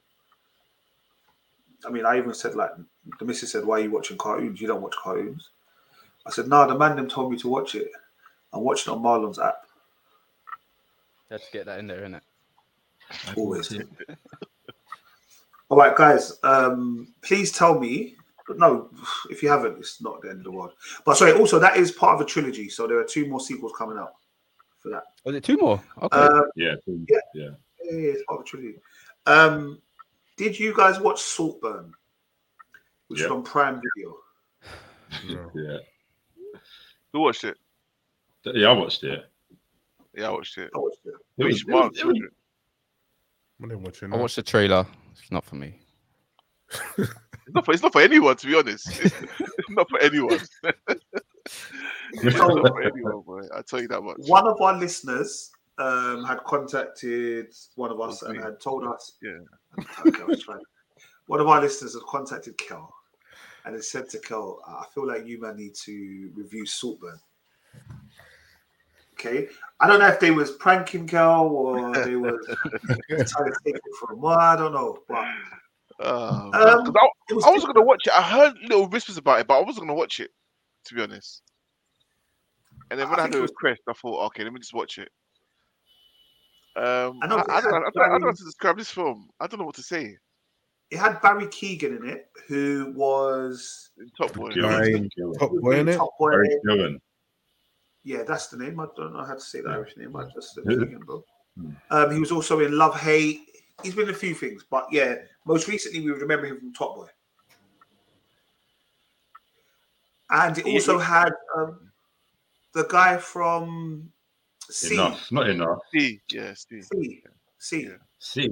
I mean, I even said like the missus said, "Why are you watching cartoons? You don't watch cartoons." I said, "No, the man them told me to watch it. I'm watching it on Marlon's app
let's get that in there, innit?
always." All right, guys. Um, please tell me. No, if you haven't, it's not the end of the world. But sorry, also that is part of a trilogy, so there are two more sequels coming out for that.
Was it two more? Okay.
Uh,
Yeah.
Yeah.
Yeah.
yeah, yeah, it's part of a trilogy. Um, did you guys watch Saltburn, which is
Yeah.
on Prime Video?
No.
Yeah.
Who watched it?
Yeah, I watched it.
Yeah, I watched it.
I watched it.
It was,
Which
it was,
month?
it was,
I'm not watching
I
that.
watched the trailer. It's not for me.
It's not for it's not for anyone to be honest. It's, it's not for anyone. it's not
Oh,
for anyone, boy. I tell you that much.
One of our listeners um, had contacted one of us
Was me.
and had told us.
Yeah.
Okay, I was trying. One of our listeners had contacted Kel and had said to Kel, I feel like you man need to review Saltburn. Okay. I don't know if they was pranking Kel or they was trying to take it from her. I don't know. But
Oh, man,
Um,
'cause I,
it was,
I was gonna watch it. I heard little whispers about it, but I wasn't gonna watch it, to be honest. And then when
I
I,
think
had the
it was-
request, I thought, okay, let me just watch it. Um,
I
I,
know, but
I,
it
don't, know- I,
had
don't, I don't know
Barry-
how to describe this film. I don't know what to say.
it had Barry Keegan in it, who was
In Top Boy,
Gillen,
Right.
Gillen, Gillen.
Top boy in it.
Top Boy.
Barry Gillen.
Yeah, that's the name. I don't know how to say the
Yeah.
Irish name. I just
Yeah.
Keegan, bro.
Hmm.
Um, he was also in Love Hate. He's been in a few things, but yeah, most recently we remember him from Top Boy. And it
Yeah,
also
yeah.
had um, the guy from C.
Enough. Not enough.
C, yeah, C,
C. C.
Yeah.
See?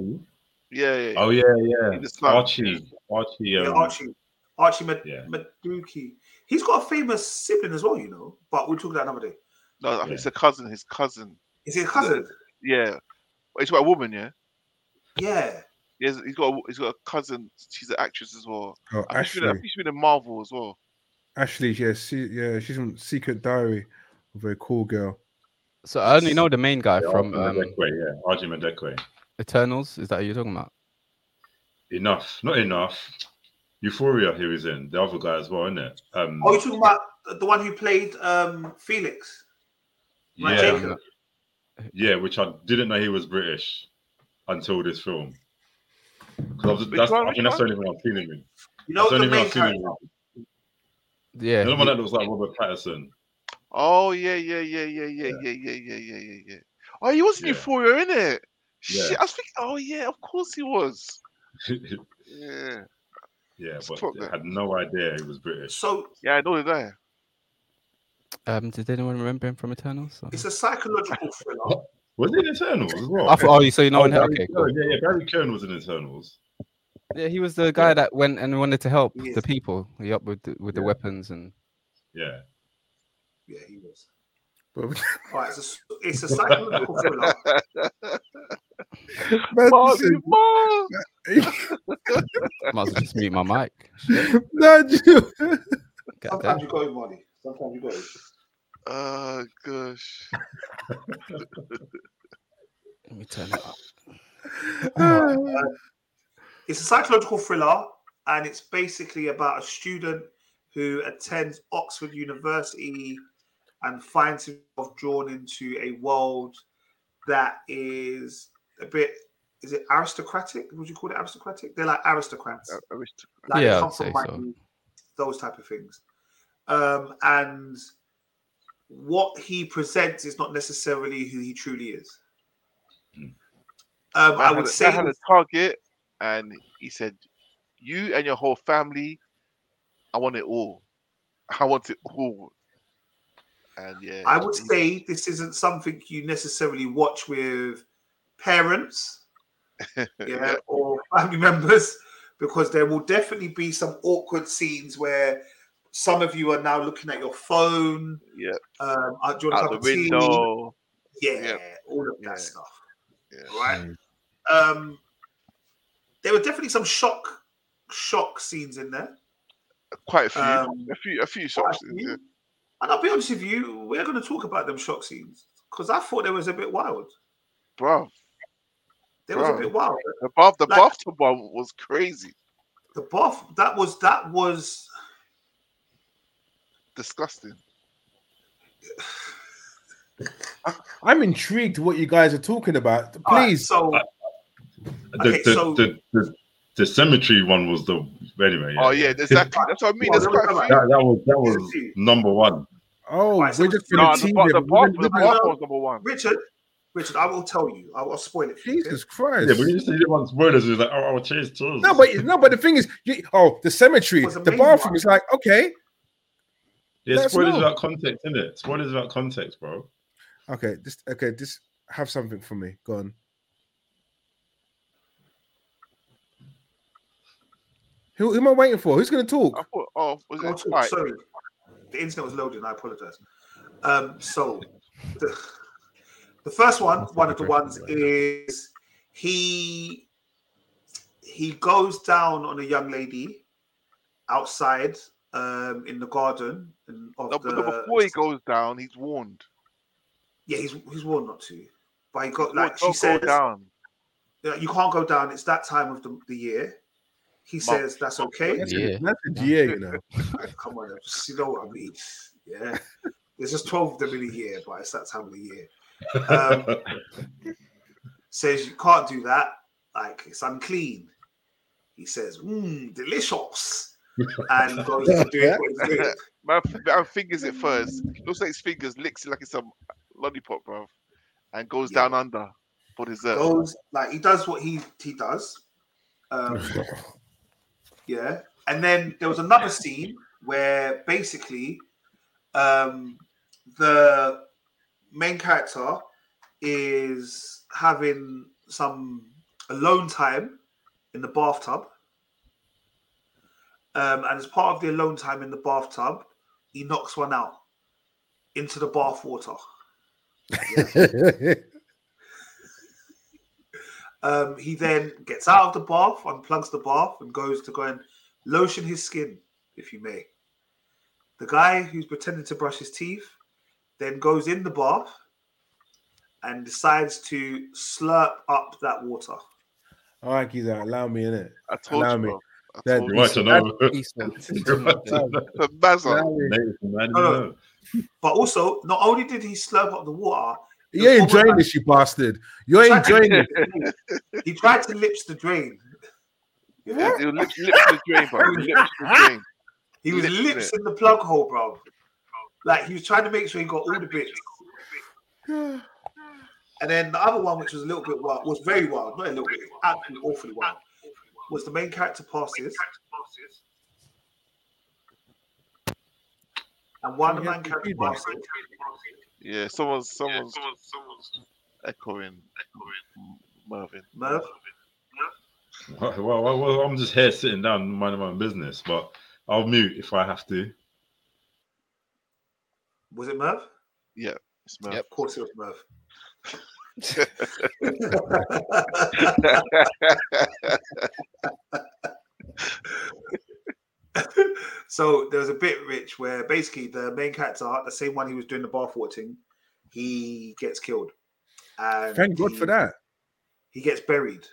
yeah, yeah.
Oh yeah, yeah.
He's a slut.
Archie. Archie. Um,
Yeah, Archie. Archie Mad-
Yeah.
Maduki. He's got a famous sibling as well, you know, but we'll talk about that another day.
No, I think it's a cousin. His cousin,
Is he a cousin?
yeah. It's about a woman, yeah.
Yeah.
He has, he's got a, he's got a cousin. She's an actress as well.
Oh,
I think, she's been, I
Ashley.
think she's been in Marvel as well.
Ashley, yeah, she, yeah, she's from Secret Diary. A very cool girl.
So I only know the main guy
yeah,
from
Archie
um,
Medekwe, yeah. Archie Medekwe.
Eternals. Is that who you're talking about?
Enough. Not enough. Euphoria. He was in the other guy as well, isn't it? Um,
Oh, you're talking about the- the one who played um, Felix? Right,
yeah,
Um,
Jacob.
yeah, which I didn't know he was British until this film. 'Cause I've-
Which
that's,
one,
I
which
mean, that's the only one I've seen him in.
You know
That's the
the
only one
main
I've seen him
character.
in.
Yeah.
The only one
he-
that looks like Robert Patterson.
Oh yeah, yeah, yeah, yeah, yeah, yeah, yeah, yeah, yeah, yeah, yeah. Oh, he was in
Yeah.
Euphoria, in it.
Yeah.
Shit, I was thinking. Oh yeah, of course he was. Yeah,
yeah,
It's
but
fucked
I
up.
had no idea he was British.
So
yeah, I know that.
Um, did anyone remember him from Eternals? or-
it's a psychological thriller.
Was he in Eternals as well?
I thought, oh, you so you know
Oh,
him?
Barry
Okay, cool.
Keoghan, yeah, yeah, Barry Keoghan was in Eternals.
Yeah, he was the guy that went and wanted to help
He is.
the people. Yep, with the, with the
Yeah.
weapons and
Yeah,
Yeah, he was. Right, it's a, it's a psychological thriller.
Man
Marvin,
said-
Marv!
Might as well just mute my mic.
No, you-
God damn.
Sometimes you got it, Marty. Sometimes you got it.
Oh gosh.
Let me turn it up.
It's a psychological thriller, and it's basically about a student who attends Oxford University and finds himself drawn into a world that is a bit. Is it aristocratic? Would you call it aristocratic? They're like aristocrats.
I, I wish to-
like
Yeah,
yeah,
I'd
come
say
from like,
so.
those type of things. Um, and what he presents is not necessarily who he truly is.
Hmm.
Um, I would
man had a-
say
man had a target, and he said, "You and your whole family, I want it all. I want it all." And yeah,
I would
he-
say this isn't something you necessarily watch with parents, yeah, or family members, because there will definitely be some awkward scenes where some of you are now looking at your phone.
yeah,
Um, uh, do you want a
out the
cup of tea?
window.
Yeah,
Yeah.
all of that
Yeah.
stuff.
Yeah.
right? Um, there were definitely some shock, shock scenes in there.
Quite a few,
Um,
a few, a few
quite a
shots.
few.
yeah.
And I'll be honest with you, we're going to talk about them shock scenes because I thought they was a bit wild.
Bro,
They was a
Right.
bit wild.
the bath, the
Like-
bathroom one was crazy,
The buff that was that was
disgusting.
I'm intrigued what you guys are talking about.
all right,
Please,
so
The,
Okay,
the,
so-
the, the, the cemetery one was the anyway.
Oh yeah, exactly. That's what I mean. There's
Well,
quite a
well,
few.
That, that was that was number one.
oh,
right, so-
we're just
No,
gonna
the,
tease
ba- the,
him. We're gonna-
bath, the
we're
bath
gonna-
was number one.
Richard, Richard, I will tell you. I'll, I'll spoil it. For you, okay?
Jesus Christ!
Yeah, but you just did one spoilers. It was like, oh, oh cheers, cheers.
No, but no, but the thing is, you, oh, the cemetery,
Was the
the
main
bathroom
one.
is like okay,
yeah,
let's
spoilers
know.
without context, isn't it? Spoilers without context, bro.
okay, just okay, just have something for me. Go on. Who, who am I waiting for? Who's going to
I
talk?
thought, oh, was
Go
it
to-
quite?
Sorry, the internet was loading. I apologize. Um, so the, the first one, one of the ones is he he goes down on a young lady outside um in the garden and of
No, but no,
the
before he goes down, he's warned.
yeah he's he's warned not to but he got
Don't-
like she
don't
says
go down.
"Yeah, you can't go down it's that time of the, the year he
Month.
says that's okay
That's,
Yeah.
a, that's a GA, you know.
Like, come on, just, you know what I mean? Yeah, there's just 12 of them in a year, but it's that time of the year. Um, says you can't do that, like it's unclean. He says, mmm, delicious, and goes to do it. what he's doing.
Man, f- man fingers it first. Looks like his fingers licks it like it's a lollipop, bro, and goes
Yeah.
down under for dessert.
Goes like he does what he he does. Um, Yeah. And then there was another scene where basically um, the main character is having some alone time in the bathtub. Um, and as part of the alone time in the bathtub, he knocks one out into the bath water. Um, he then gets out of the bath, unplugs the bath, and goes to go and lotion his skin, if you may. The guy who's pretending to brush his teeth then goes in the bath and decides to slurp up that water.
All right, Giza, uh, allow me in it.
I told
Allow
you,
me.
bro. I
That-
told
You
you.
want to know? You
Peace, man.
want to know?
The Mazza.
Nathan, man, you
No, no.
know.
But also, not only did he slurp up the water, it
You're
was
enjoying
almost
this, you bastard. You're
like-
enjoying it.
he tried to lips the drain.
Yeah, your lips, lips to the drain, bro. Your Lips to the drain.
He was
Lips in
lips in the plug hole, bro. Like he was trying to make sure he got all the bits. And then the other one, which was a little bit wild, was very wild, not a little bit, absolutely awfully wild, was the main character passes. And one of the
Yeah,
main character
feedback.
passes,
Yeah, someone's someone's echoing. M- Mervin.
Merv,
Well, well, well, I'm just here sitting down minding my own business, but I'll mute if I have to.
was it Merv?
It's mad.
Yep.
Of course it was Merv. so there was a bit rich where basically the main character, the same one who was doing the bathwater thing, he gets killed. And
Thank God
he-
for that.
He gets buried.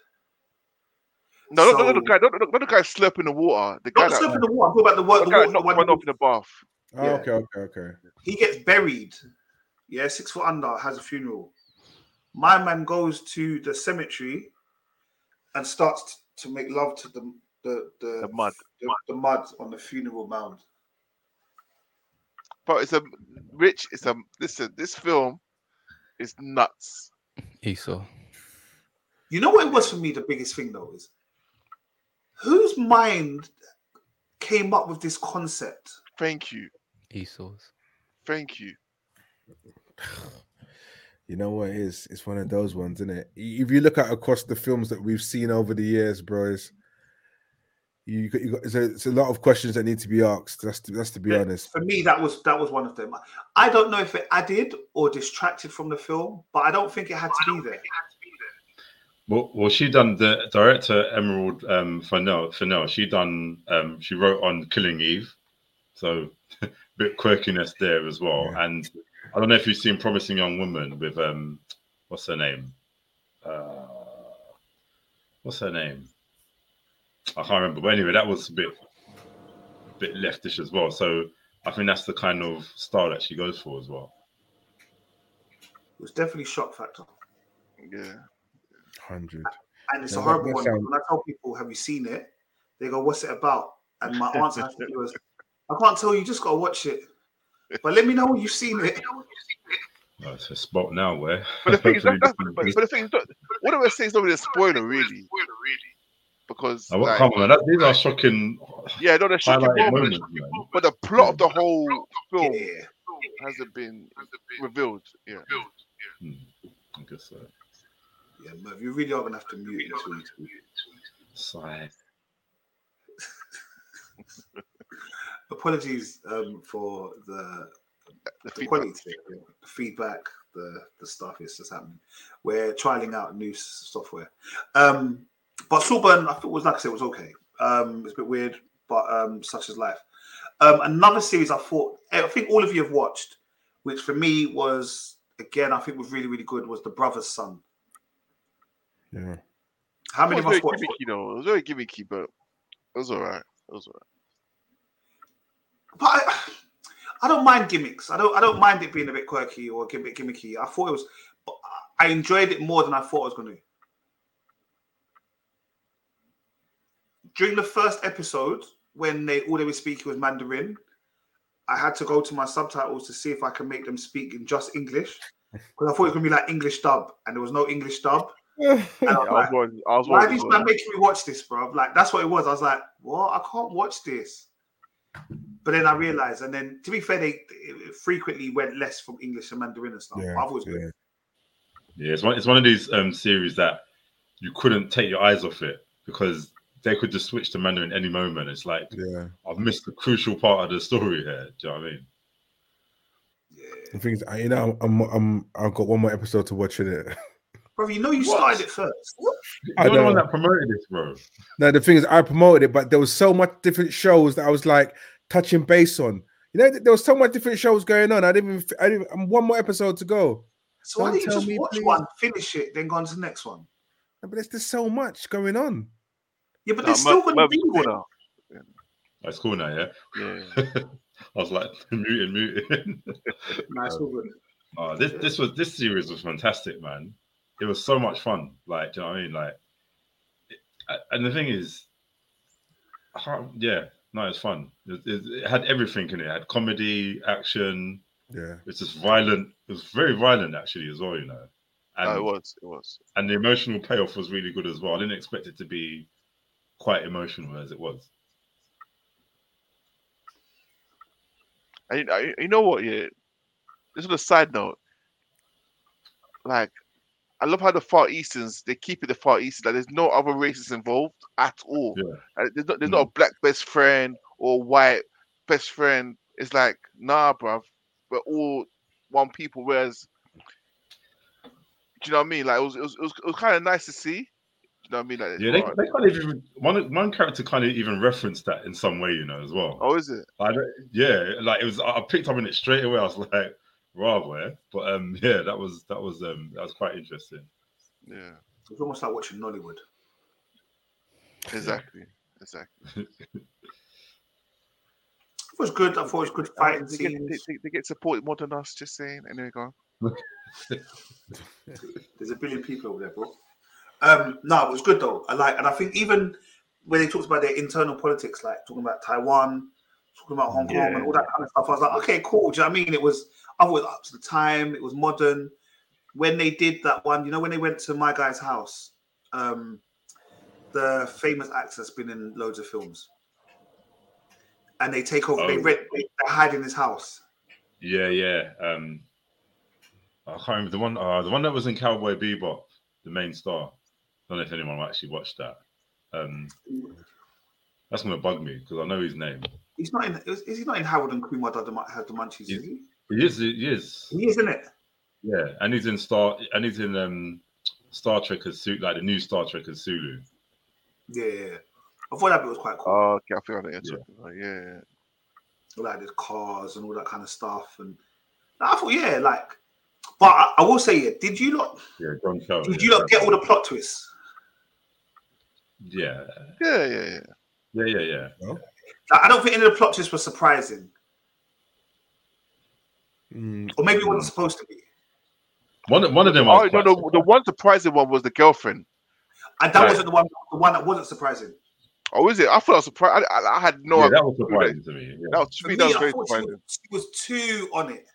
No, not, not
So-
the guy. Not, not, not the guy slurping the water. The guy
Not
that
stuff in the water. I'm talking about the, wa-
the
the
guy
water.
that
the
knocked
one
one
who-
off in the bath.
Oh,
Yeah.
Okay, okay, okay.
He gets buried. Yeah, six foot under, has a funeral. My man goes to the cemetery and starts to make love to the the the,
The mud.
the, the mud on the funeral mound.
But it's a rich. It's a listen. This film is nuts.
Esau.
You know what it was for me the biggest thing though is whose mind came up with this concept?
Thank you.
Esau's.
Thank you.
You know what it is? It's one of those ones, isn't it? If you look at across the films that we've seen over the years, bros, you got, you got it's a, it's a lot of questions that need to be asked. That's to, that's to be
Yeah.
honest.
For me, that was that was one of them. I don't know if it added or distracted from the film, but I don't think it had to be there.
Well, well, she done the director Emerald um, Fennell. Fennell, she done. Um, she wrote on Killing Eve, so a bit quirkiness there as well.
Yeah.
And I don't know if you've seen Promising Young Woman with um, what's her name? Uh, what's her name? I can't remember. But anyway, that was a bit, bit leftish as well. So I think that's the kind of style that she goes for as well.
It was definitely shock factor.
Yeah.
Hundred.
and it's
Yeah,
a
that-
horrible
that
one.
sounds-
When I tell people, "Have you seen it?" They go, "What's it about?" And my answer has to be was, "I can't tell you. you Just gotta watch it." But let me know when you've seen it.
Oh, it's a spot now where.
But the thing is, that,
hopefully
that's,
we can-
but, but the thing is, not- what I say is not really a spoiler, really, because
Oh, well,
like,
come on, that, these are shocking.
yeah, no, the shocking
highlighted
moment,
moments, man.
but the plot of the whole film
Yeah.
hasn't been revealed. Yeah.
Hmm. I guess so.
Yeah, Merv, you really are gonna have to mute this one.
Sigh.
Apologies um, for the,
The
the
feedback.
quality, the feedback, the the stuff is just happening. We're trialing out new s- software, um, but Saltburn, I thought was like I said, was okay. Um, it's a bit weird, but um, such is life. Um, another series I thought I think all of you have watched, which for me was again I think was really really good was The Brother's Son.
Yeah.
How
It
many
was
of us
very
watched?
gimmicky, though. It was very gimmicky, but it was alright. It was alright.
But I, I don't mind gimmicks. I don't I don't mind it being a bit quirky or a bit gimmicky. I thought it was, but I enjoyed it more than I thought I was going to. During the first episode, when they all they were speaking was Mandarin, I had to go to my subtitles to see if I can make them speak in just English because I thought it was going to be like English dub, and there was no English dub. And I was
Yeah, I
like,
was worried. I was
why
worried.
these
as
man
well.
making me watch this, bro? Like that's what it was. I was like, what? I can't watch this. But then I realized, and then to be fair, they it frequently went less from English to Mandarin and stuff.
Yeah,
But I've always
yeah.
been.
Yeah, it's one, it's one of these um, series that you couldn't take your eyes off it because they could just switch to Mandarin any moment. It's like,
yeah.
I've missed the crucial part of the story here. Do you know what I mean?
Yeah.
The thing is, I, you know, I'm, I'm, i have got one more episode to watch in it.
Bro, you know you
What?
started it first.
I
You're the one
know.
that promoted this, bro.
Now the thing is, I promoted it, but there was so much different shows that I was like touching base on. You know, there was so much different shows going on. I didn't. Even, I didn't. I'm one more episode to go.
So why
Don't
didn't you
tell
just
me,
watch
please.
one, finish it, then go on to the next one?
But there's just so much going on.
Yeah, but
Nah,
they're still
Mer-
going to
Merv's
be
cool
there.
now.
That's cool now, yeah?
Yeah.
I was like, muting, muting.
Nah, it's all good.
oh, this, this was this series was fantastic, man. It was so much fun. Like, do you know what I mean? Like, it, and the thing is, I can't- yeah, no, it's fun. It, it, it had everything in it. It had comedy, action,
Yeah.
It's just violent. It was very violent actually as well, you know. And,
No, it was. It was.
and the emotional payoff was really good as well. I didn't expect it to be quite emotional as it was.
And you- I, you know what? Yeah, this is a side note. Like, I love how the Far Easterns they keep it the Far Eastern. Like, there's no other races involved at all.
Yeah. Mm.
Like, there's not, there's not a black best friend or white best friend. It's like, nah, bruv, we're all one people. Whereas, do you know what I mean? Like it was, it was, it was, kind of nice to see. Do you know what I mean? Like,
Yeah, they, they kind of even one one character kind of even referenced that in some way, you know, as well.
oh, is it?
I don't, yeah, like it was. I I picked up on it straight away. I was like, "Wow, where?" But um, yeah, that was that was um, that was quite interesting.
Yeah,
It's almost like watching Nollywood.
exactly, exactly.
It was good. I thought it was good fighting
They get, they,
scenes.
they- they get supported more than us. Just saying. Anyway, go on.
There's a billion people over there, bro. Um, no, it was good though. I like, and I think even when they talked about their internal politics, like talking about Taiwan, talking about Hong Kong,
Yeah.
and all that kind of stuff, I was like, okay, cool. Do you know what I mean? It was, I was up to the time. It was modern. When they did that one, you know, when they went to my guy's house, um, the famous actor has been in loads of films, and they take over. They
Oh.
rent. They they hide in his house.
Yeah, yeah. Um, I can't remember the one. Uh, the one that was in Cowboy Bebop, the main star. don't know if anyone actually watched that. Um, that's gonna bug me because I know his name.
He's not in. Is is he not in Howard and Kumar Had the Mun- Had the Munchies? Is he?
He is. He is.
He is in it.
Yeah, and he's in Star. And he's in um, Star Trek as Sulu, like the new Star Trek as Sulu.
Yeah, yeah. yeah. I thought that bit was quite cool.
Oh, okay, I feel like
Yeah.
yeah. yeah,
like the cars and all that kind of stuff. And I thought, yeah, like. But I, I will say, yeah, did you not?
Yeah, John Cho.
Did you not get all the plot twists?
Yeah,
yeah, yeah, yeah.
yeah, yeah, yeah.
Like, I don't think any of the plot twists were surprising,
Mm,
or maybe it wasn't supposed to be.
One, one of them. I
Oh
was
no,
quite
the, the one surprising one was the girlfriend.
And that
Right.
wasn't the one. The one that wasn't surprising.
Oh, is it? I thought I was surprised. I, I, I had Oh, no
yeah,
idea.
that was surprising to me.
That was, to
For
me,
me,
that was
I
very
thought she was,
surprising.
she was too on it.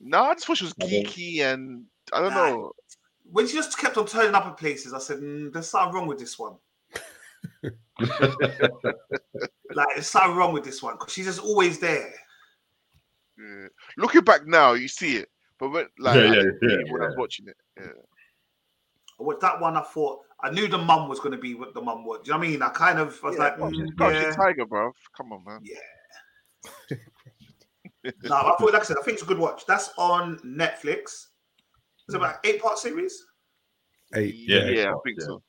No, I just thought she was
I don't-
geeky and I don't
Nah.
know.
When she just kept on turning up at places, I said, mm, "There's something wrong with this one.
Yeah.
Like, there's something wrong with this one because she's just always there."
Yeah. Looking back now, you see it, but when, like
Yeah,
I
yeah,
didn't see
yeah,
it when I was
yeah.
watching it,
With that one, I thought I knew the mum was going to be what the mum was. Do you know what I mean? I kind of was
Yeah,
like,
well,
mm,
she's got- she's
yeah.
Tiger, bro. Come on, man.
No, I thought, like I said, I think it's a good watch. That's on Netflix. It's about eight part series.
eight.
Yeah,
Yeah,
I think
yeah.
so.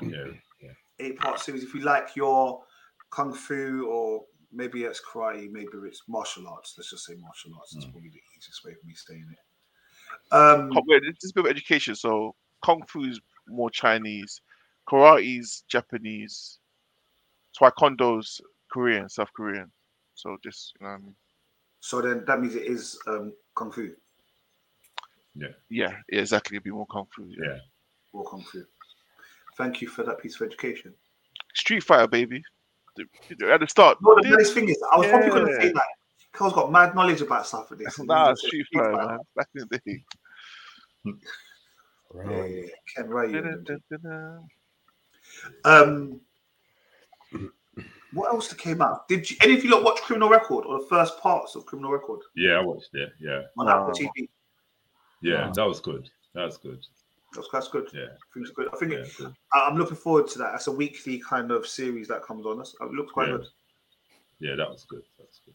yeah.
Eight part series. If you like your kung fu or maybe it's karate, maybe it's martial arts. Let's just say martial arts. It's
Mm.
probably the easiest way for me saying it. Um,
Can't wait, This is a bit of education. So kung fu is more Chinese, karate's Japanese, taekwondo's Korean, South Korean. So just you know, what I mean?
so then that means it is um, kung fu
yeah, yeah, exactly. It'd be more kung fu.
Yeah.
or kung fu. Thank you for that piece of education.
Street Fighter, baby. At the start,
You know what the nice thing is, I was probably going to
Yeah.
say that. Carl's got mad knowledge about stuff for this.
nah, Street Fighter, man. Back in the day.
Yeah,
Right.
yeah, yeah. Ken Ryu. and them.
Dun-dun-dun-dun-dun.
Um, what else that came out? Did you, any of you lot watch Criminal Record or the first parts of Criminal Record
Yeah, I watched it. Yeah,
on
No.
Apple TV?
yeah,
Wow.
that was good. That was good.
That's, that's good.
Yeah.
I think it's good. I think
Yeah,
it,
good.
I- I'm looking forward to that. That's a weekly kind of series that comes on. That's, it looks quite
Yeah.
good.
yeah that was good. That was good.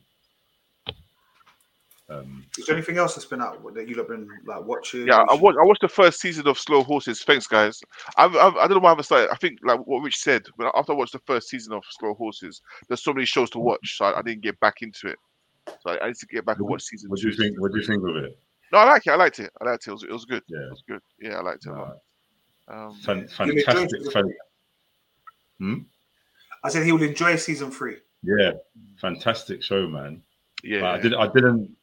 Um,
Is there anything else that's been out that you've been like watching?
Yeah, I watched. I watched the first season of Slow Horses. Thanks, guys. I've, I've, I don't know why I haven't started. I think like what Rich said. When I- after I watched the first season of Slow Horses, there's so many shows to watch, so I, I didn't get back into it. So I, I need to get back and watch season.
what do you
two.
think? What do you think of it?
No, I like it. I liked it. I liked it. It was, it was good.
Yeah. uh,
It was good. Yeah, I liked it. a lot. Um,
Fan-
You enjoyed
fantastic.
season
Fan-
three?
Hmm?
I said he will enjoy season three.
yeah, fantastic show, man.
yeah,
But I did. I didn't.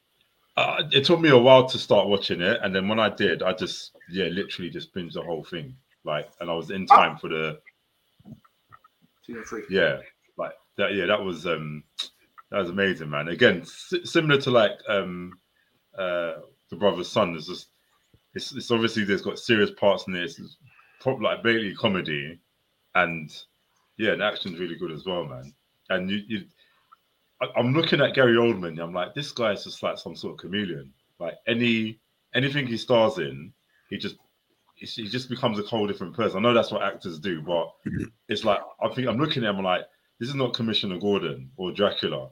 Uh, it took me a while to start watching it, and then when I did, I just yeah, literally just binged the whole thing. Like, and I was in time for the
Season three.
yeah, like that. Yeah, that was um, that was amazing, man. Again, si- similar to like um, uh, the brother's son. There's just it's, it's obviously there's got serious parts in this. It's probably like Bailey comedy, and yeah, and action's really good as well, man. And you, you I, I'm looking at Gary Oldman. I'm like, this guy's just like some sort of chameleon. Like any anything he stars in, he just it's- he just becomes a whole different person. I know that's what actors do, but it's like I think I'm looking at him like this is not Commissioner Gordon or Dracula or,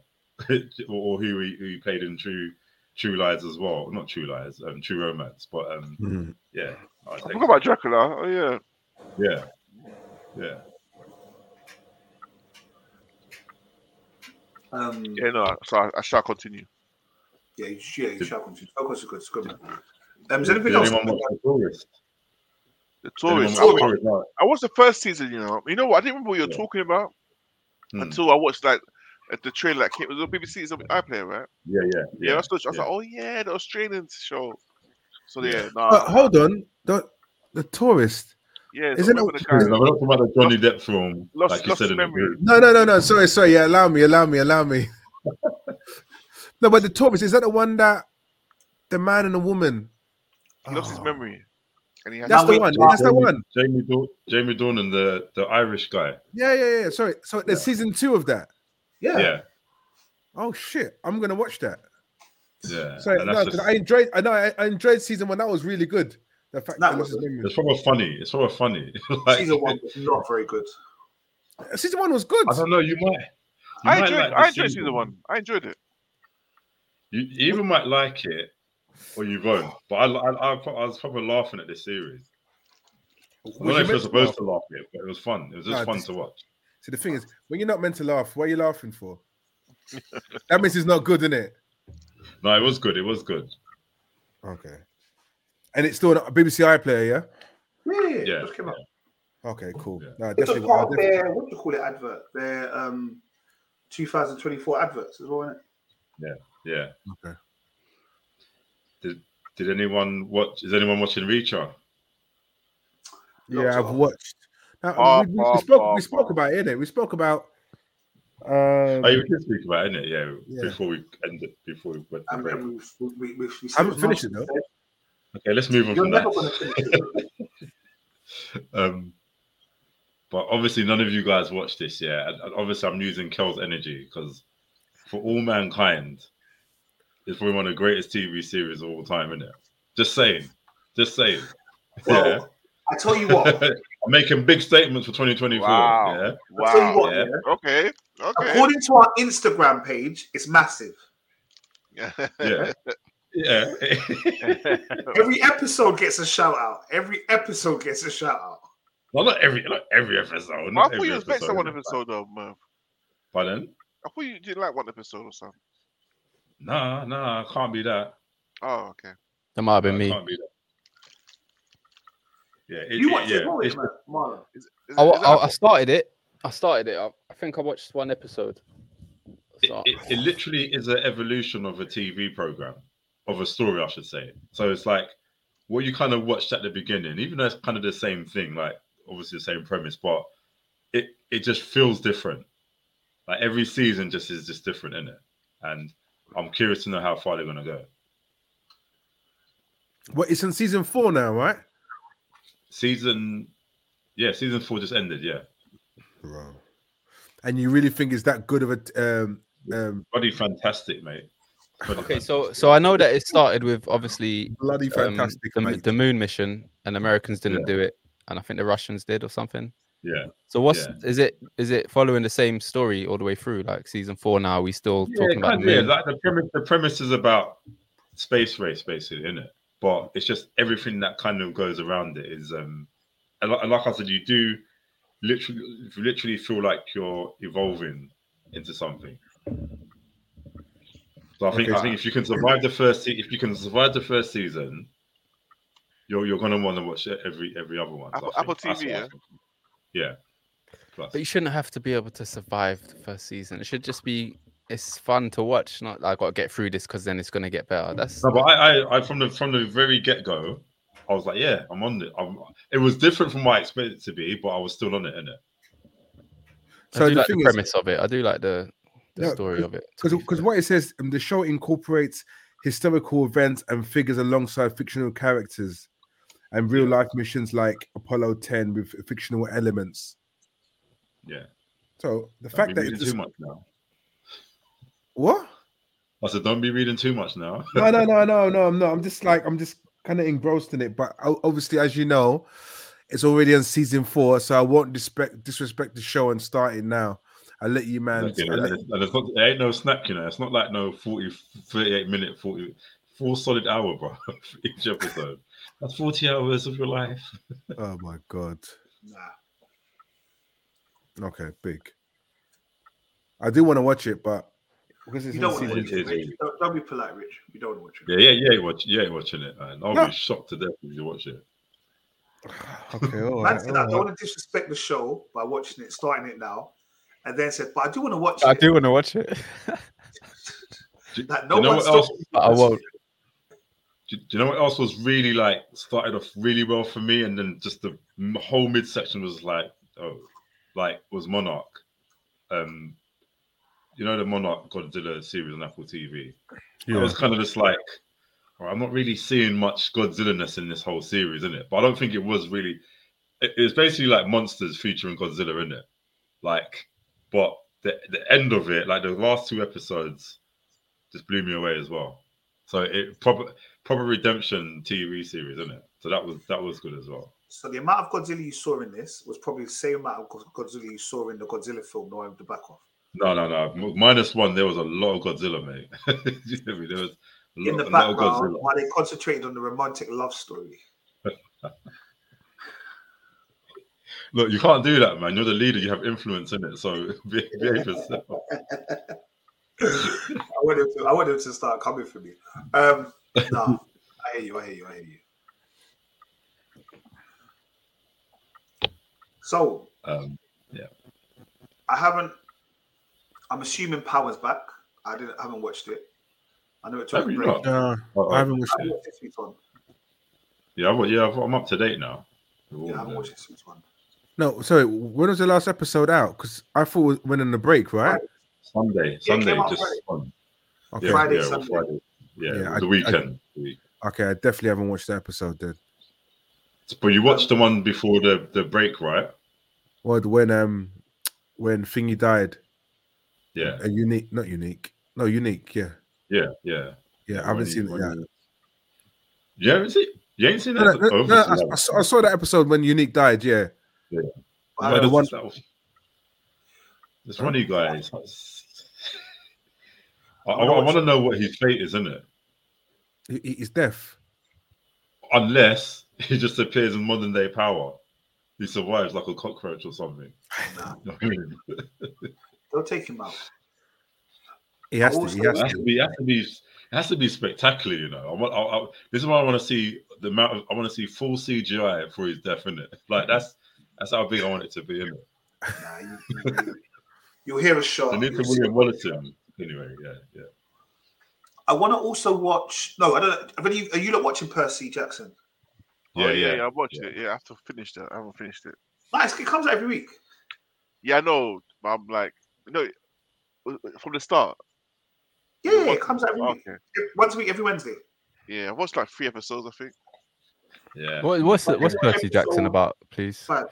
or who, he, who he played in True True Lies as well. Not True Lies, um, True Romance. But um,
Mhm.
yeah, I
I
think,
forgot about Dracula. Oh yeah.
yeah, yeah.
Um, yeah,
Yeah, no, so I, I shall continue.
yeah, you, yeah, you
Did-
shall continue. Of course, it's good. It's good. man. Um, is
Did
anything else?
anyone watch The Tourist?
The
Did anyone
tourist.
watch The
I,
Tourist? No.
I watched the first season, you know. You know what? I didn't remember what you were
Yeah.
talking about
Hmm.
until I watched like uh, the trailer that came. It was on BBC. It's on iPlayer, right?
Yeah, yeah,
Yeah,
yeah.
that's what I was
yeah.
like, oh yeah, the Australian show. So yeah,
Yeah.
yeah nah,
But hold on, the, the tourist.
yeah.
Isn't it
remember the
Yeah,
guy-
but we're talking about the Johnny Depp film,
Lost-
like you
lost
said in the
memory.
group.
No, no, no, no. Sorry, sorry. Yeah, allow me, allow me, allow me. no, but the tourist is that the one that the man and the woman.
He lost his
Oh.
Ah.
memory, and he had.
That's
Now
the
we-
one. That's the one.
Jamie Dorn, Jamie Dornan, and the the Irish guy.
Yeah, yeah, yeah. Sorry. So there's season two of that.
Yeah.
Yeah,
Oh shit! I'm gonna watch that.
yeah.
Sorry,
And
no,
that's
'cause
just-
I enjoyed. I know I, I enjoyed season one. That was really good. The fact
That
that
was
was
It's probably funny. It's probably funny. Like,
Season one was not very good.
Uh, season one was good.
I don't know. You might. you
I
might
enjoyed.
like the
I enjoyed season one. I enjoyed it.
You you either might like it or you won't. But I, I, I, pro- I was probably laughing at this series. I
Was
don't know
you
if you're
meant to
supposed
laugh?
to laugh at it, but it was fun. It was just
No,
fun
just-
to watch.
So the thing is, when you're not meant to laugh, what are you laughing for? that means it's not good, is it?
No, it was good. It was good.
Okay. And it's still on BBC iPlayer, yeah.
Yeah, yeah,
Yeah,
yeah. Just came out.
Okay, cool.
Yeah.
No, I
It's a
definitely.
part
I'll
of
definitely-
their what do you call it advert? Their um 2024 adverts as well, isn't it?
Yeah.
Okay.
Did anyone watch? Is anyone watching Reacher?
Yeah, I've
Doctor.
watched. Now,
Bah,
we, we- we
bah,
spoke.
bah,
we spoke
bah.
about it. Innit? We spoke about.
Oh, you
Um,
did speak about it, innit? Yeah,
Yeah.
Before we ended, before we went to
And,
break.
and we, we, we, we
I haven't finished it, though.
Okay, let's move on
You're
from
never going to
that.
finish it.
Um, but obviously, none of you guys watched this, yeah. And, and obviously, I'm using Kel's energy because for all mankind, it's probably one of the greatest TV series of all time, isn't it? Just saying, just saying.
Well,
yeah.
I tell you what.
I'm making big statements for 2024.
Wow.
Yeah.
I tell you
Wow.
what.
yeah.
yeah,
Okay. Okay.
According to our Instagram page, it's massive.
Yeah. Yeah.
Every episode gets a shout out. Every episode gets a shout out.
well, not every, not every episode.
Well, I
Not
thought
every
you was next to
episode,
one
innit?
episode though, man.
Pardon?
I thought you didn't like one episode or something.
Nah, nah, can't be that.
Oh, okay.
That might have
No,
been
it
me.
can't be that. Yeah, it,
You
it-
watch
yeah,
it, Marlon,
it's-
man. Marlon.
Is, is,
I, wa-
is that-
I, I started it. I started it. I, I think I watched one episode.
it,
So,
it- it literally is an evolution of a TV program, of a story, I should say. So it's like what you kind of watched at the beginning, even though it's kind of the same thing, like obviously the same premise, but it it just feels different. Like every season just is just different, in it? And I'm curious to know how far they're gonna go.
well, it's in season four now, right?
Season, yeah, season four just ended, yeah.
Wow. And you really think it's that good of a um um
Bloody fantastic, mate. Bloody
okay, so
fantastic.
so I know that it started with obviously
bloody
um,
fantastic?
the,
mate.
the moon mission, and Americans didn't
Yeah.
do it, and I think the Russians did or something.
yeah.
So what's
Yeah.
is it is it following the same story all the way through? Like season four now, are we still
Yeah,
talking about
kind
the
of, yeah.
moon?
Like the premise, the premise is about space race, basically, isn't it? But it's just everything that kind of goes around it is, um, and like, and like I said, you do literally, you literally feel like you're evolving into something. So I think,
Okay,
I think if you can survive the first, se- if you can survive the first season, you're you're gonna want to watch every every other one. So I
Apple-
think
Apple
that's what
TV,
I
yeah?
think. yeah. Plus,
But you shouldn't have to be able to survive the first season. It should just be it's fun to watch. Not like I got to get through this because then it's gonna get better. That's
No, but I, I, I from the from the very get go, I was like, yeah, I'm on it. I'm, it was different from what I expected it to be, but I was still on it, innit?
so
so
I
the
do like
thing
the
is-
premise of it. I do like the the
Yeah,
story of it. to be
because
fair.
what it says um, the show incorporates historical events and figures alongside fictional characters and real life missions like Apollo 10 with fictional elements.
Yeah.
So the
Don't
fact
be
that
reading
it's just,
too much now.
what?
I said, don't be reading too much now.
No, no, no, no, no. I'm not. I'm just like I'm just kind of engrossed in it. But o- obviously, as you know, it's already on season four, so I won't disrespect disrespect the show and start it now. I let you, man.
Like, you
I
know,
let-
and it's- and it's not- it ain't no snack, you know. It's not like no 40, 38 minute, 40, full solid hour, bro. for Each episode. That's 40 hours of your life.
oh my god.
Nah.
Okay, big. I do want to watch it, but because it's
You
in
don't want to
season
watch
It
it,
is,
Rich.
it is.
Don't, don't be polite, Rich. You don't want to watch
Yeah,
it.
yeah, yeah. Watch, yeah, watching it, man. I'll
No.
be shocked to death if you watch it.
Okay, all
Man
right,
said,
Oh,
I don't
all right.
want to disrespect the show by watching it, starting it now, and then said, but I do want to watch
I
it.
do want to watch it.
Like,
Do
no
you know
one's
what else-
stopping you
But I
watching
won't.
it.
Do, do you know what else was really like started off really well for me, and then just the m- whole midsection was like, oh, like was Monarch. Um, you know the Monarch Godzilla series on Apple TV. I was kind of just like, "All right, I'm not really seeing much Godzilla-ness in this whole series, in it. But I don't think it was really. It, it was basically like monsters featuring Godzilla, in it. Like, but the the end of it, like the last two episodes, just blew me away as well. So it proper proper redemption TV series, isn't it? So that was that was good as well.
So the amount of Godzilla you saw in this was probably the same amount of Go- Godzilla you saw in the Godzilla film, No the Back Off.
No, no, no. M- Minus one, there was a lot of Godzilla, mate. You know what I mean? there was a lot,
In the
a lot of
background,
Godzilla.
while they concentrated on the romantic love story.
Look, you can't do that, man. You're the leader. You have influence in it, so be- behave yourself.
I want him to, I want him to start coming for me. Um, no, I hear you. I hear you. I hear you. So
Um,
I haven't. I'm assuming Power's back. I didn't. I haven't watched it. I know it took
Have
a
you
break.
not?
Uh,
oh,
I haven't watched
I haven't
it.
watched this week's one.
yeah, I'm, yeah, I'm up to date now. uh,
Yeah, I
Oh,
haven't watched this week's one.
No, sorry. When was the last episode out? Because I thought we went on the break, right?
Sunday,
Yeah, it
Sunday,
came out
just
Friday.
on.
Okay,
Yeah,
Friday,
yeah, well,
Sunday.
Friday. Yeah,
Yeah,
it was
I-
the
I-
weekend. The week-
okay. I definitely haven't watched the episode then.
But you watched the one before the, the break, right?
Well, when um, when Thingy died,
Yeah,
a unique, not unique, no unique, yeah,
yeah, yeah.
yeah. I haven't
When you-
seen it
when
yet.
you- You haven't seen? You ain't seen that?
No, no,
Oh,
no,
you've
no,
seen
I,
that
I
one.
saw, I saw that episode when Unique died. Yeah,
I
Why
haven't
does
watched
this- that was- This runny guy. is- I, I, I want to know what his fate is, isn't it?
he, he- he's deaf.
Unless he just appears in modern day power, he survives like a cockroach or something.
it. Nah,
it
don't uh, take him out.
He has to.
Also-
He has
has to
to.
be, has to be, it has to be spectacular, you know. I want, I, I, this is why I want to see the amount. Of, I want to see full CGI for his death in it. Like that's that's how big I want it to be in it.
Nah, you, you, will hear a shot.
Anita
you'll see-
William Wallaton. Anyway, yeah, yeah.
I want to also watch. No, I don't. Are you, are you not watching Percy Jackson?
Yeah,
Yeah,
Oh, yeah,
yeah,
I watched
yeah.
it. Yeah, I have to finish that. I haven't finished it.
Nice. It comes out every week.
Yeah, I know. But I'm like, no, from the start.
Yeah, it comes out every week.
Okay.
Once a week, every Wednesday.
Yeah, I watched like three episodes, I think.
yeah.
What, what's
But
what's
every
Percy Jackson
episode-
about, please?
Fine.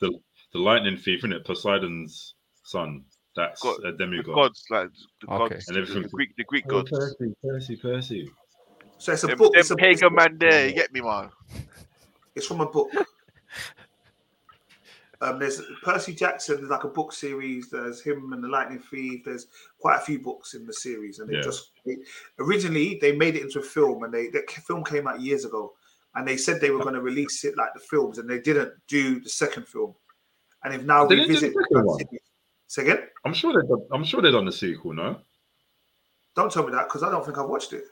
The lightning thief, isn't it? Poseidon's son. That's
God-
a
The
demigod.
gods, like the
Okay.
gods,
And everything-
the Greek, the Greek
Oh,
gods.
Percy, Percy, Percy.
So it's a
Them,
book.
them
It's, a, it's,
pagan man there, you get me, man.
it's from a book. Um, there's Percy Jackson. There's like a book series. There's him and the Lightning Thief. There's quite a few books in the series, and they
Yeah.
just they, originally they made it into a film, and they that film came out years ago, and they said they were going to release it like the films, and they didn't do the second film, and they've now
They didn't do the
revisited.
second one?
Say again?
I'm sure they've done, I'm sure they've done a sequel, no?
Don't tell me that because I don't think I've watched it.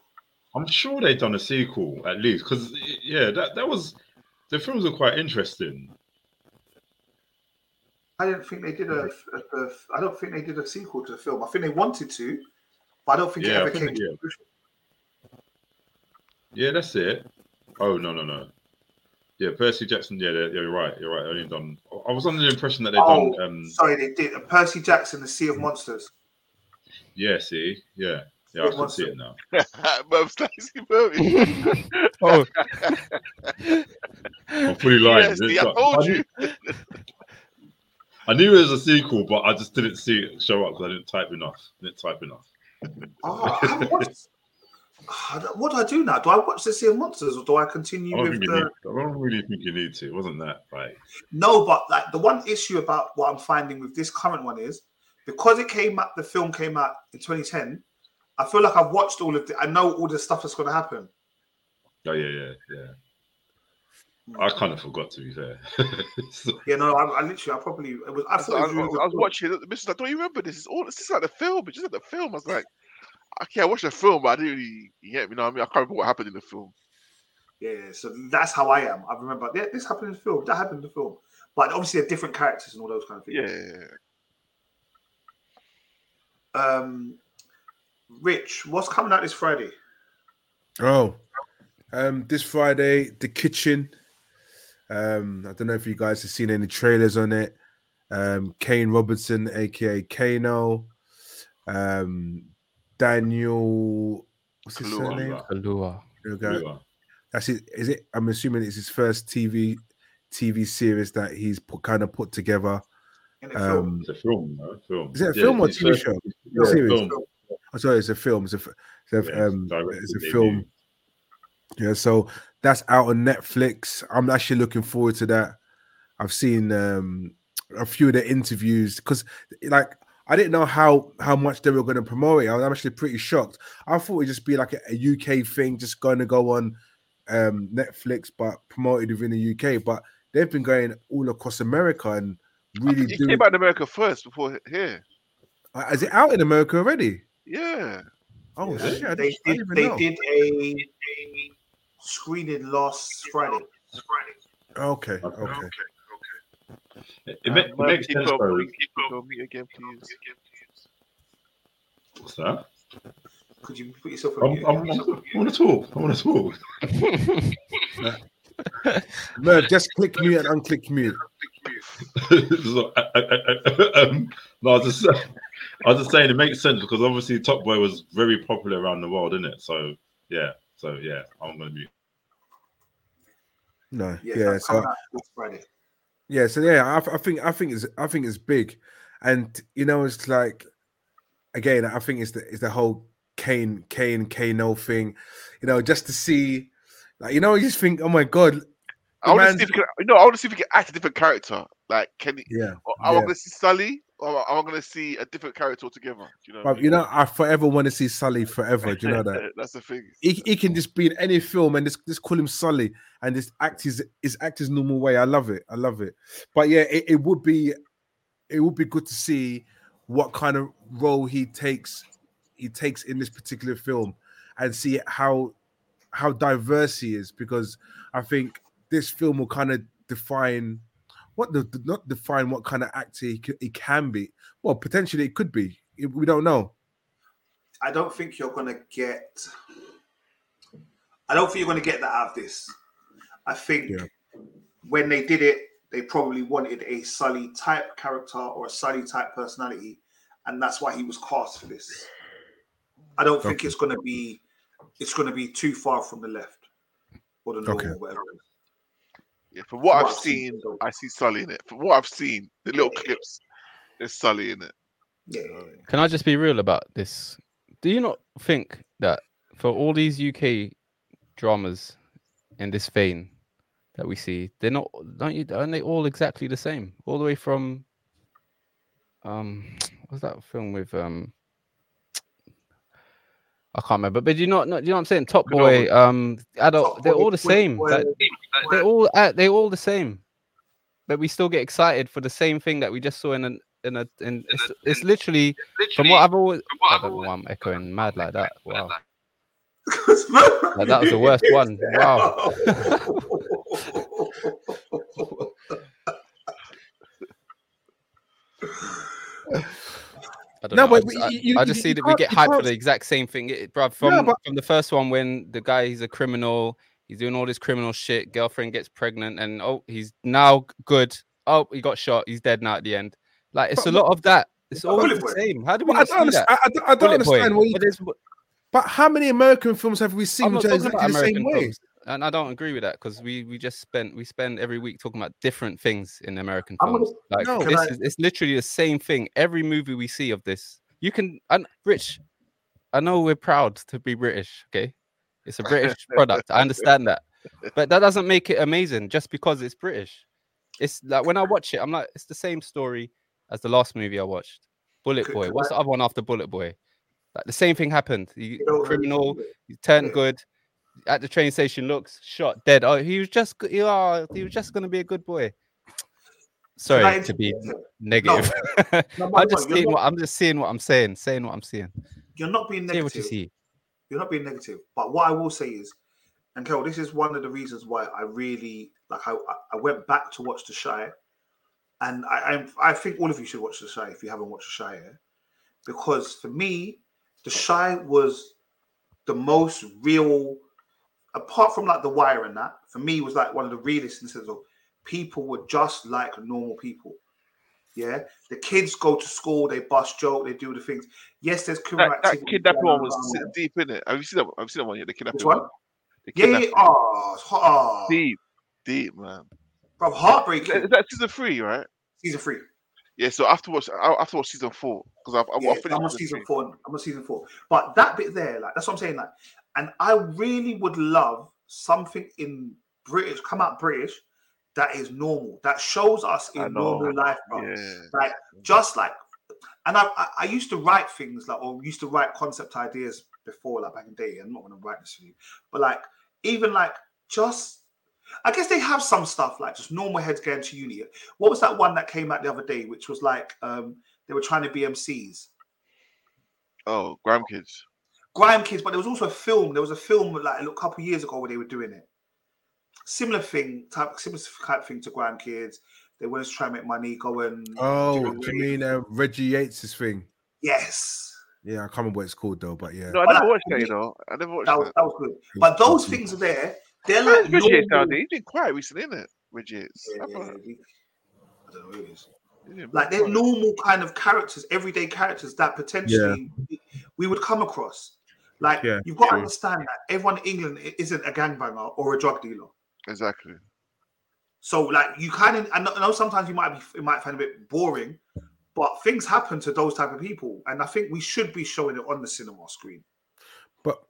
I'm sure they've done a sequel at least because yeah, that that was the films were quite interesting.
I didn't think they did a, a, a. I don't think they did a sequel to the film. I think they wanted to, but I don't think
Yeah,
it
I
ever
think
came
they
to
did.
fruition.
Yeah, that's it. Oh no no no. Yeah, Percy Jackson. Yeah, they're- you're right. You're right. they Only done. I was under the impression that they've
Oh,
done. Um,
sorry, they did. A Percy Jackson, The Sea of Monsters.
yeah, see, yeah, yeah, I can see it now.
Merv Slicey Merv.
Oh,
I'm fully lying.
Yes, see,
It's
I
like-
told
knew-
you.
I knew it was a sequel, but I just didn't see it show up because I didn't type enough. Didn't type enough.
Oh, I haven't watched. I don't- ah, what do I do now? Do I watch The Sea of Monsters or do I
I
continue
don't,
with
think you need,
the?
I don't really think you need to. It wasn't that like
No, but like the one issue about what I'm finding with this current one is because it came out, the film came out in 2010. I feel like I've watched all of the. I know all the stuff that's going to happen.
Oh yeah, yeah, yeah. I kind of forgot to be fair. So,
Yeah, no, I, I literally, I probably it was. I
I,
thought it was
I- I
really good
was
film.
watching it. The missus like, don't you remember this? It's all it's just like the film. It's just like the film. I was like, okay, I watched the film, but I didn't really yeah, you know what I mean? I can't remember what happened in the film.
Yeah, so that's how I am. I remember yeah, this happened in the film. That happened in the film. But obviously, they're different characters and all those kind of things.
Yeah.
Um, Rich, what's coming out this Friday?
Oh, um, this Friday, The Kitchen. Um, I don't know if you guys have seen any trailers on it. Um, Kane Robertson, aka Kano, um, Daniel. What's his
Kaluuya.
surname?
Kalua.
Kaluuya. That's it. Is it? I'm assuming it's his first TV TV series that he's put, kind of put together.
In the film?
Um,
It's a film, no? Film.
Is it a
Yeah,
film or
it's
TV
a-
show?
Yeah,
Series.
film.
Oh, sorry, it's a film. It's a, f- it's a,
Yeah,
um,
directed
it's a
debut.
film. Yeah, so that's out on Netflix. I'm actually looking forward to that. I've seen um, a few of the interviews because, like, I didn't know how how much they were going to promote it. I was actually pretty shocked. I thought it'd just be like a, a UK thing, just going to go on um, Netflix, but promoted within the UK. But they've been going all across America and
I
really
think it
doing.
came out in America first before here.
Uh, Is it out in America already?
Yeah.
Oh
Yeah.
shit!
they
I didn't- I
did,
didn't even
they
know.
did a, a screening last Friday.
Okay,
Okay.
okay.
It, it ma- it
Mike,
makes
keep
sense.
up,
though.
please, keep up. Meet again, please.
What's that?
Could you put yourself on
I'm,
mute?
I'm, I'm, I want to talk. I want to talk.
Merv, just click mute and unclick mute.
So, I- I- I- um, no, I was just, I was just saying it makes sense because obviously Top Boy was very popular around the world, isn't it? So yeah, so yeah, I'm gonna mute.
No, yeah,
Yeah, yeah
so
out this Friday.
yeah, so yeah, I, th- I think I think it's I think it's big, and you know it's like, again, I think it's the it's the whole Kane Kane Kano thing, you know, just to see, like you know, you just think, oh my god,
I want to
man's-
see if we can, you know, I want to see if we can act a different character. Like, can he,
yeah,
or, am I
Yeah.
going to see Sully or am I going to see a different character altogether? Do you know, what I
but you
mean?
know, I forever want to see Sully forever. Do you know that?
That's the thing.
He, he can just be in any film and just, just call him Sully and just act his, his act his normal way. I love it. I love it. But yeah, it, it would be it would be good to see what kind of role he takes he takes in this particular film and see how how diverse he is because I think this film will kind of define what the not define what kind of actor he, c- he can be. Well, potentially it could be. We don't know.
I don't think you're gonna get. I don't think you're gonna get that out of this. I think
Yeah.
when they did it, they probably wanted a Sully type character or a Sully type personality, and that's why he was cast for this. I don't think
Okay.
it's gonna be. It's gonna be too far from the left or the north
Okay.
or whatever.
Yeah, from what
Well,
I've
I've seen-
seen, I see Sully in it. From what I've seen, the little clips, there's Sully in it.
Yeah,
Can I just be real about this? Do you not think that for all these UK dramas in this vein that we see, they're not don't you aren't they all exactly the same? All the way from um what's that film with um I can't remember, but do you not, not do you know what I'm saying? Top
Good old
Boy, um adult,
Top
they're
Boy,
all the
Twin
same.
Boy,
like, they're all uh, they're all the same. But we still get excited for the same thing that we just saw in an in a in it's, it's literally from what I've always, I don't know why I'm echoing mad like that. Wow, Like, that was the worst one. Wow. I don't
No,
know. I
but
just,
you-
I-
you-
I
you-
just see
you
that we
can't-
get
you
hyped for
can't-
the exact same thing, it, bruv. From
but-
from the first one when the guy he's a criminal, he's doing all this criminal shit. Girlfriend gets pregnant, and oh, he's now good. Oh, he got shot. He's dead now at the end. Like it's
But-
a lot of that. It's
but
always
Bullet
the
Boy-
same. How do we
But I
not
don't,
see
understand,
that?
I, I don't- I don't
Bullet Boy.
understand. What you,
But there's-
but how many American films have we seen
I'm
which
not
are
talking
exactly
about
the same
American
way?
films, and I don't agree with that because we we just spent we spend every week talking about different things in American
I'm gonna-
films. Like
No.
this
Can I-
is it's literally the same thing. Every movie we see of this, you can. And Rich, I know we're proud to be British. Okay, it's a British product. I understand that, but that doesn't make it amazing just because it's British. It's like when I watch it, I'm like, it's the same story as the last movie I watched. Bullet
Could-
Boy.
could
What's
I-
the other one after Bullet Boy? Like the same thing happened. He,
You know,
criminal, he turned
Yeah.
good. At the train station, looks shot dead. Oh, he was just go- oh, he was just gonna be a good boy.
could I
Sorry to be
interject?
negative.
No, no,
I'm
no,
just
you're,
seeing
not,
what I'm just seeing what I'm saying, saying what I'm seeing.
you're not being
Say what you
negative.
see.
you're not being negative. But what I will say is, and Carol, this is one of the reasons why I really like. I I- I went back to watch The Shire, and I I'm, I think all of you should watch The Shire if you haven't watched The Shire, because for me, The Shire was the most real, apart from like The Wire and that. For me, was like one of the realest instances of people were just like normal people. Yeah, the kids go to school, they bust joke, they do the things. Yes, there's criminal
That, that
activity
kidnapping
going
one was
around.
s- deep in it. Have you seen that? I've seen that one yet. The kidnapping
Which one?
The
Yeah,
kidnapping.
oh, it's hot, oh,
Deep, deep, man.
bro, heartbreaking.
Is that season three, right?
Season three.
Yeah. So after watch, I have to watch season four because I've, I've,
Yeah,
I finished
I'm on
season
season
three.
four. I'm on season four. But that bit there, like that's what I'm saying. Like, and I really would love something in British come out British that is normal that shows us
I
in
know.
normal life, bro.
Yeah.
Like just like, and I, I I used to write things like or used to write concept ideas before like back in the day. I'm not gonna write this for you, but like even like just. I guess they have some stuff like just normal heads going to uni. What was that one that came out the other day, which was like um, they were trying to be MCs?
Oh, Graham Kids.
Grime Kids, but there was also a film. There was a film like a little couple years ago where they were doing it. Similar thing, type similar type thing to Grime Kids. They wanted to try and make money, go and
Oh,
do
do you
it.
mean uh, Reggie Yates' thing?
yes,
Yeah, I can't remember what it's called though, but yeah.
No, I
But
never
that-
watched that. You know, I never watched
that was
that.
that was good. But those things are there. They're like
Reggie Yates down
normal-
there. He's been quiet recently, isn't it? Reggie Yates.
Yeah,
I thought-
yeah, yeah. I don't know who it is.
he's been
like they're
quiet.
normal kind of characters, everyday characters that potentially we would come across. Like
Yeah,
you've got to
true.
understand that everyone in England i- isn't a gangbanger or a drug dealer.
Exactly.
So like you kind of I know, I know sometimes you might be it might find a bit boring, but things happen to those type of people, and I think we should be showing it on the cinema screen.
But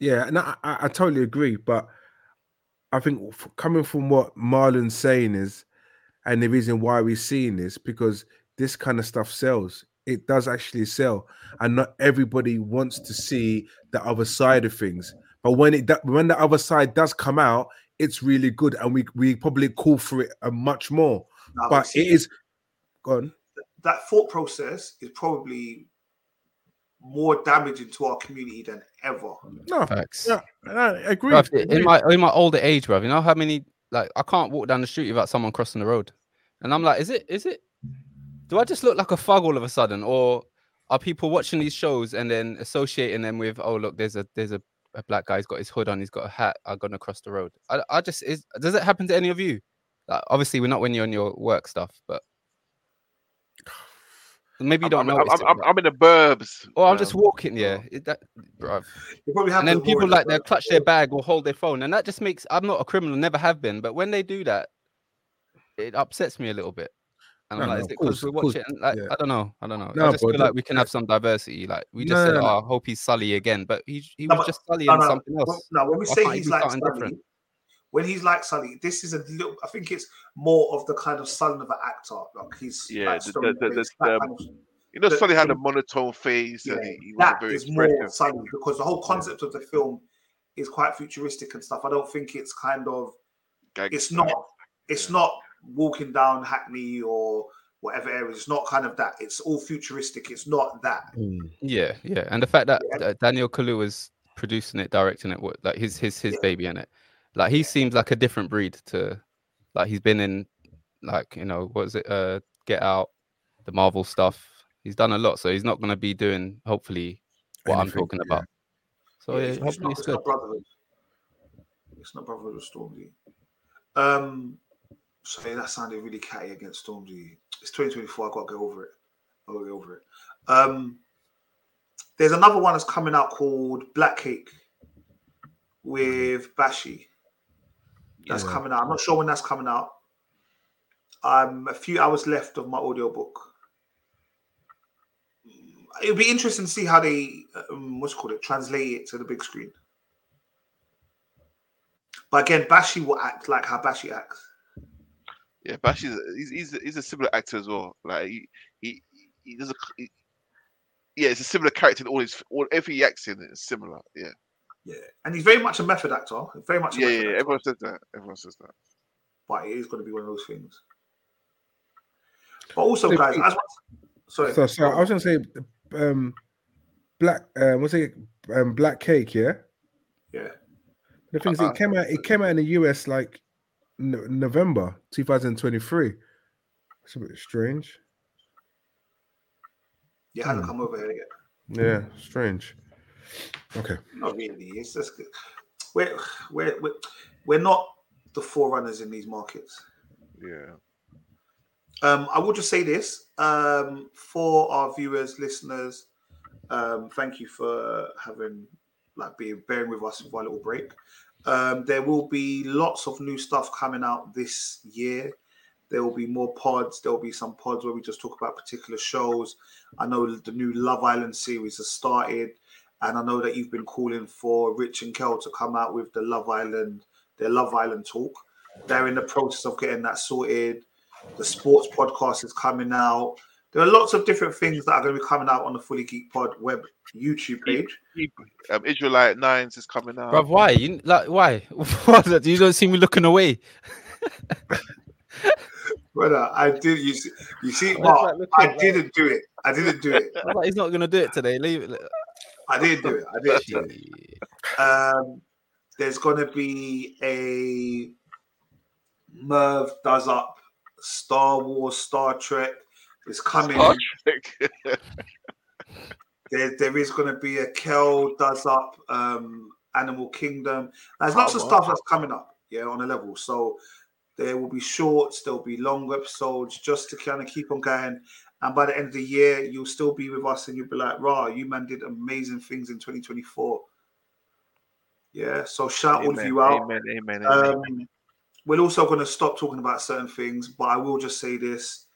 yeah, and I, I, I totally agree. But I think f- coming from what Marlon's saying is, and the reason why we're seeing this because this kind of stuff sells. It does actually sell, and not everybody wants to see the other side of things. But when it do- when the other side does come out, it's really good, and we we probably call for it uh, much more.
Now,
But
see,
it is gone.
that thought process is probably more damaging to our community than ever.
No,
Facts.
yeah, I agree.
Bruv,
agree.
in my in my older age, bruv, you know how many like I can't walk down the street without someone crossing the road, and I'm like, is it is it? Do I just look like a fug all of a sudden, or are people watching these shows and then associating them with, oh look, there's a there's a, a black guy, he's got his hood on, he's got a hat, I'm gonna cross the road. I, I just is does it happen to any of you? Like, obviously, we're not when you're on your work stuff, but maybe you don't
I'm,
know.
I'm, I'm, I'm, I'm in the burbs.
Oh,
or I'm
man.
just walking, yeah. It, that, bruv
It probably
and
happens
then
more
people
in-
like they'll clutch their bag or hold their phone and that just makes i'm not a criminal never have been but when they do that it upsets me a little bit and i'm
No,
like
no,
is
of
it because
course,
we're
of course,
watching like
yeah.
i don't know i don't know i
No,
just
but
feel
that-
like we can have some diversity like we just
No,
said
no, no.
oh, i hope he's sully again but he, he
No,
was
but-
just sully
no,
and
no,
something
Well,
else
no, when we
Why
say
can't he
he's
do
like
something
Sully,
different?
when he's like Sully, this is a little. I think it's more of the kind of son of an actor. Like he's
Yeah,
like
the-
story
the- the-
based,
the-
that kind of-
You know,
the-
Sully had
the-
a monotone face, and he, he was
that
very
is more
expressive.
Sully because the whole concept of the film is quite futuristic and stuff. I don't think it's kind of it's
gangster.
not it's not walking down Hackney or whatever area. It's not kind of that. It's all futuristic. It's not that.
Mm.
yeah yeah and the fact that
Yeah.
uh, daniel kalu was producing it directing it what like his his his
Yeah.
baby in it like he seems like a different breed to like he's been in like you know what is it uh get out the marvel stuff he's done a lot so he's not going to be doing hopefully what
Anything,
i'm talking
yeah.
about so yeah,
it's, it's
hopefully
not,
it's
it's
good
not brotherhood. It's not brotherhood of Stormzy. Um, sorry, that sounded really catty against Stormzy. It's 2024. I got to get over it. I got to get over it. Um, there's another one that's coming out called Black Cake with Bashi. That's
Yeah.
coming out. I'm not sure when that's coming out. I'm a few hours left of my audiobook. It'll be interesting to see how they, um, what's it called it, translate it to the big screen. But again, Bashi will act like how Bashi acts.
Yeah, Bash is he's, he's he's a similar actor as well. Like he he, he does a he, yeah, it's a similar character in all his all every he acts in is similar. Yeah,
Yeah, and he's very much a method actor. Very much. A
yeah, yeah.
method
yeah,
actor,
Everyone says that. Everyone says that.
But it is going to be one of those things. But also,
So-
guys, as sorry,
So, so I was gonna say, um, black. Um, what's it? Um, black cake. Yeah.
yeah.
The thing is,
Uh-uh.
it came out. It came out in the US like no- November 2023. It's a bit strange.
You had to
Hmm.
come over here yet.
Yeah, strange. Okay.
Not really. It's just good. We're, we're, we're, we're not the forerunners in these markets.
Yeah.
Um, I will just say this um, for our viewers, listeners. Um, thank you for having like being bearing with us for our little break. Um, there will be lots of new stuff coming out this year. There will be more pods. There will be some pods where we just talk about particular shows. I know the new Love Island series has started, and I know that you've been calling for Rich and Kel to come out with the Love Island, their Love Island talk. They're in the process of getting that sorted the sports podcast is coming out. There are lots of different things that are going to be coming out on the Fully Geek Pod web YouTube page.
Um, Israelite Nines is coming out.
Bruv, why? You, like, why? What? you don't see me looking away.
Brother, I did. You see, you see,
Why is
Mark,
that looking
I
like-
didn't do it. I didn't do it.
I was like, he's not gonna do it today. Leave it.
I didn't do it. I didn't do it.
Gee.
Um, there's going to be a Merv does up Star Wars, Star Trek. It's coming.
Star Trek.
there, there is going to be a Kel does up um, Animal Kingdom. There's lots of
Oh, wow.
stuff that's coming up, yeah, on a level. So there will be shorts, there'll be long episodes just to kind of keep on going. And by the end of the year, you'll still be with us and you'll be like, rah, you man did amazing things in 2024. Yeah, so shout all of
amen,
you out.
amen. Amen. Amen.
Um, we're also going to stop talking about certain things, but I will just say this: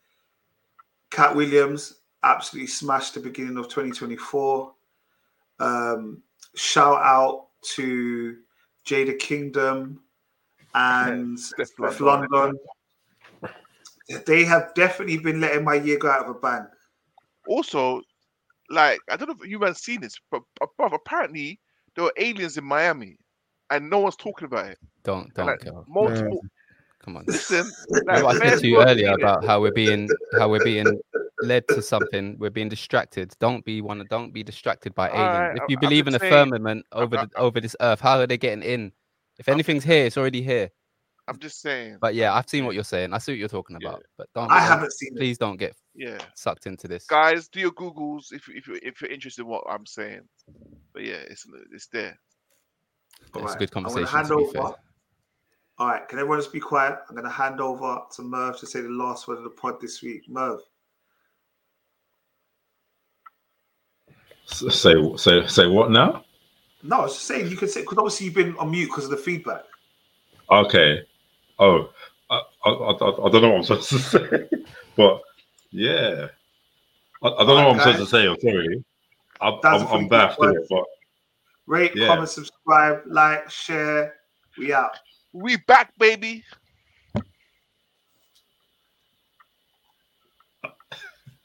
Cat Williams absolutely smashed the beginning of 2024. Um, shout out to Jada Kingdom and
Steph
Steph
London.
London. They have definitely been letting my year go out of a bang.
Also, like I don't know if you have seen this, but above apparently there were aliens in Miami, and no one's talking about it.
Don't
And,
don't
like,
go.
Multiple.
Come on.
Listen,
Like
like,
what I said
Bears
to you
were
earlier
seen it.
about how we're being how we're being led to something, we're being distracted. Don't be one. Don't be distracted by aliens.
Alright,
if
I'm-
you
I'm
believe in
just
a
saying-
firmament over
I-
the, over this earth, how are they getting in? If anything's here, it's already here.
I'm just saying.
But yeah, I've seen what you're saying. I see what you're talking about. But don't.
I
don't-
haven't seen it.
Please don't get
Yeah,
sucked into this.
guys, do your googles if you- if you if you're interested in what I'm saying. But yeah, it's it's there.
It's
Alright,
a good
I'm gonna
conversation. To be fair.
All right, can everyone just be quiet? I'm going to hand over to Merv to say the last word of the pod this week. Merv,
S- Say say say what now?
no, I was just saying you can say because obviously you've been on mute because of the feedback.
Okay. Oh, I, I, I, I don't know what I'm supposed to say, but yeah, I, I don't know what I'm supposed to say. I'm sorry. I,
That's
I'm,
a pretty
I'm baffed,
good
innit? but
Rate,
Yeah.
comment, subscribe, like, share. We out.
We back, baby.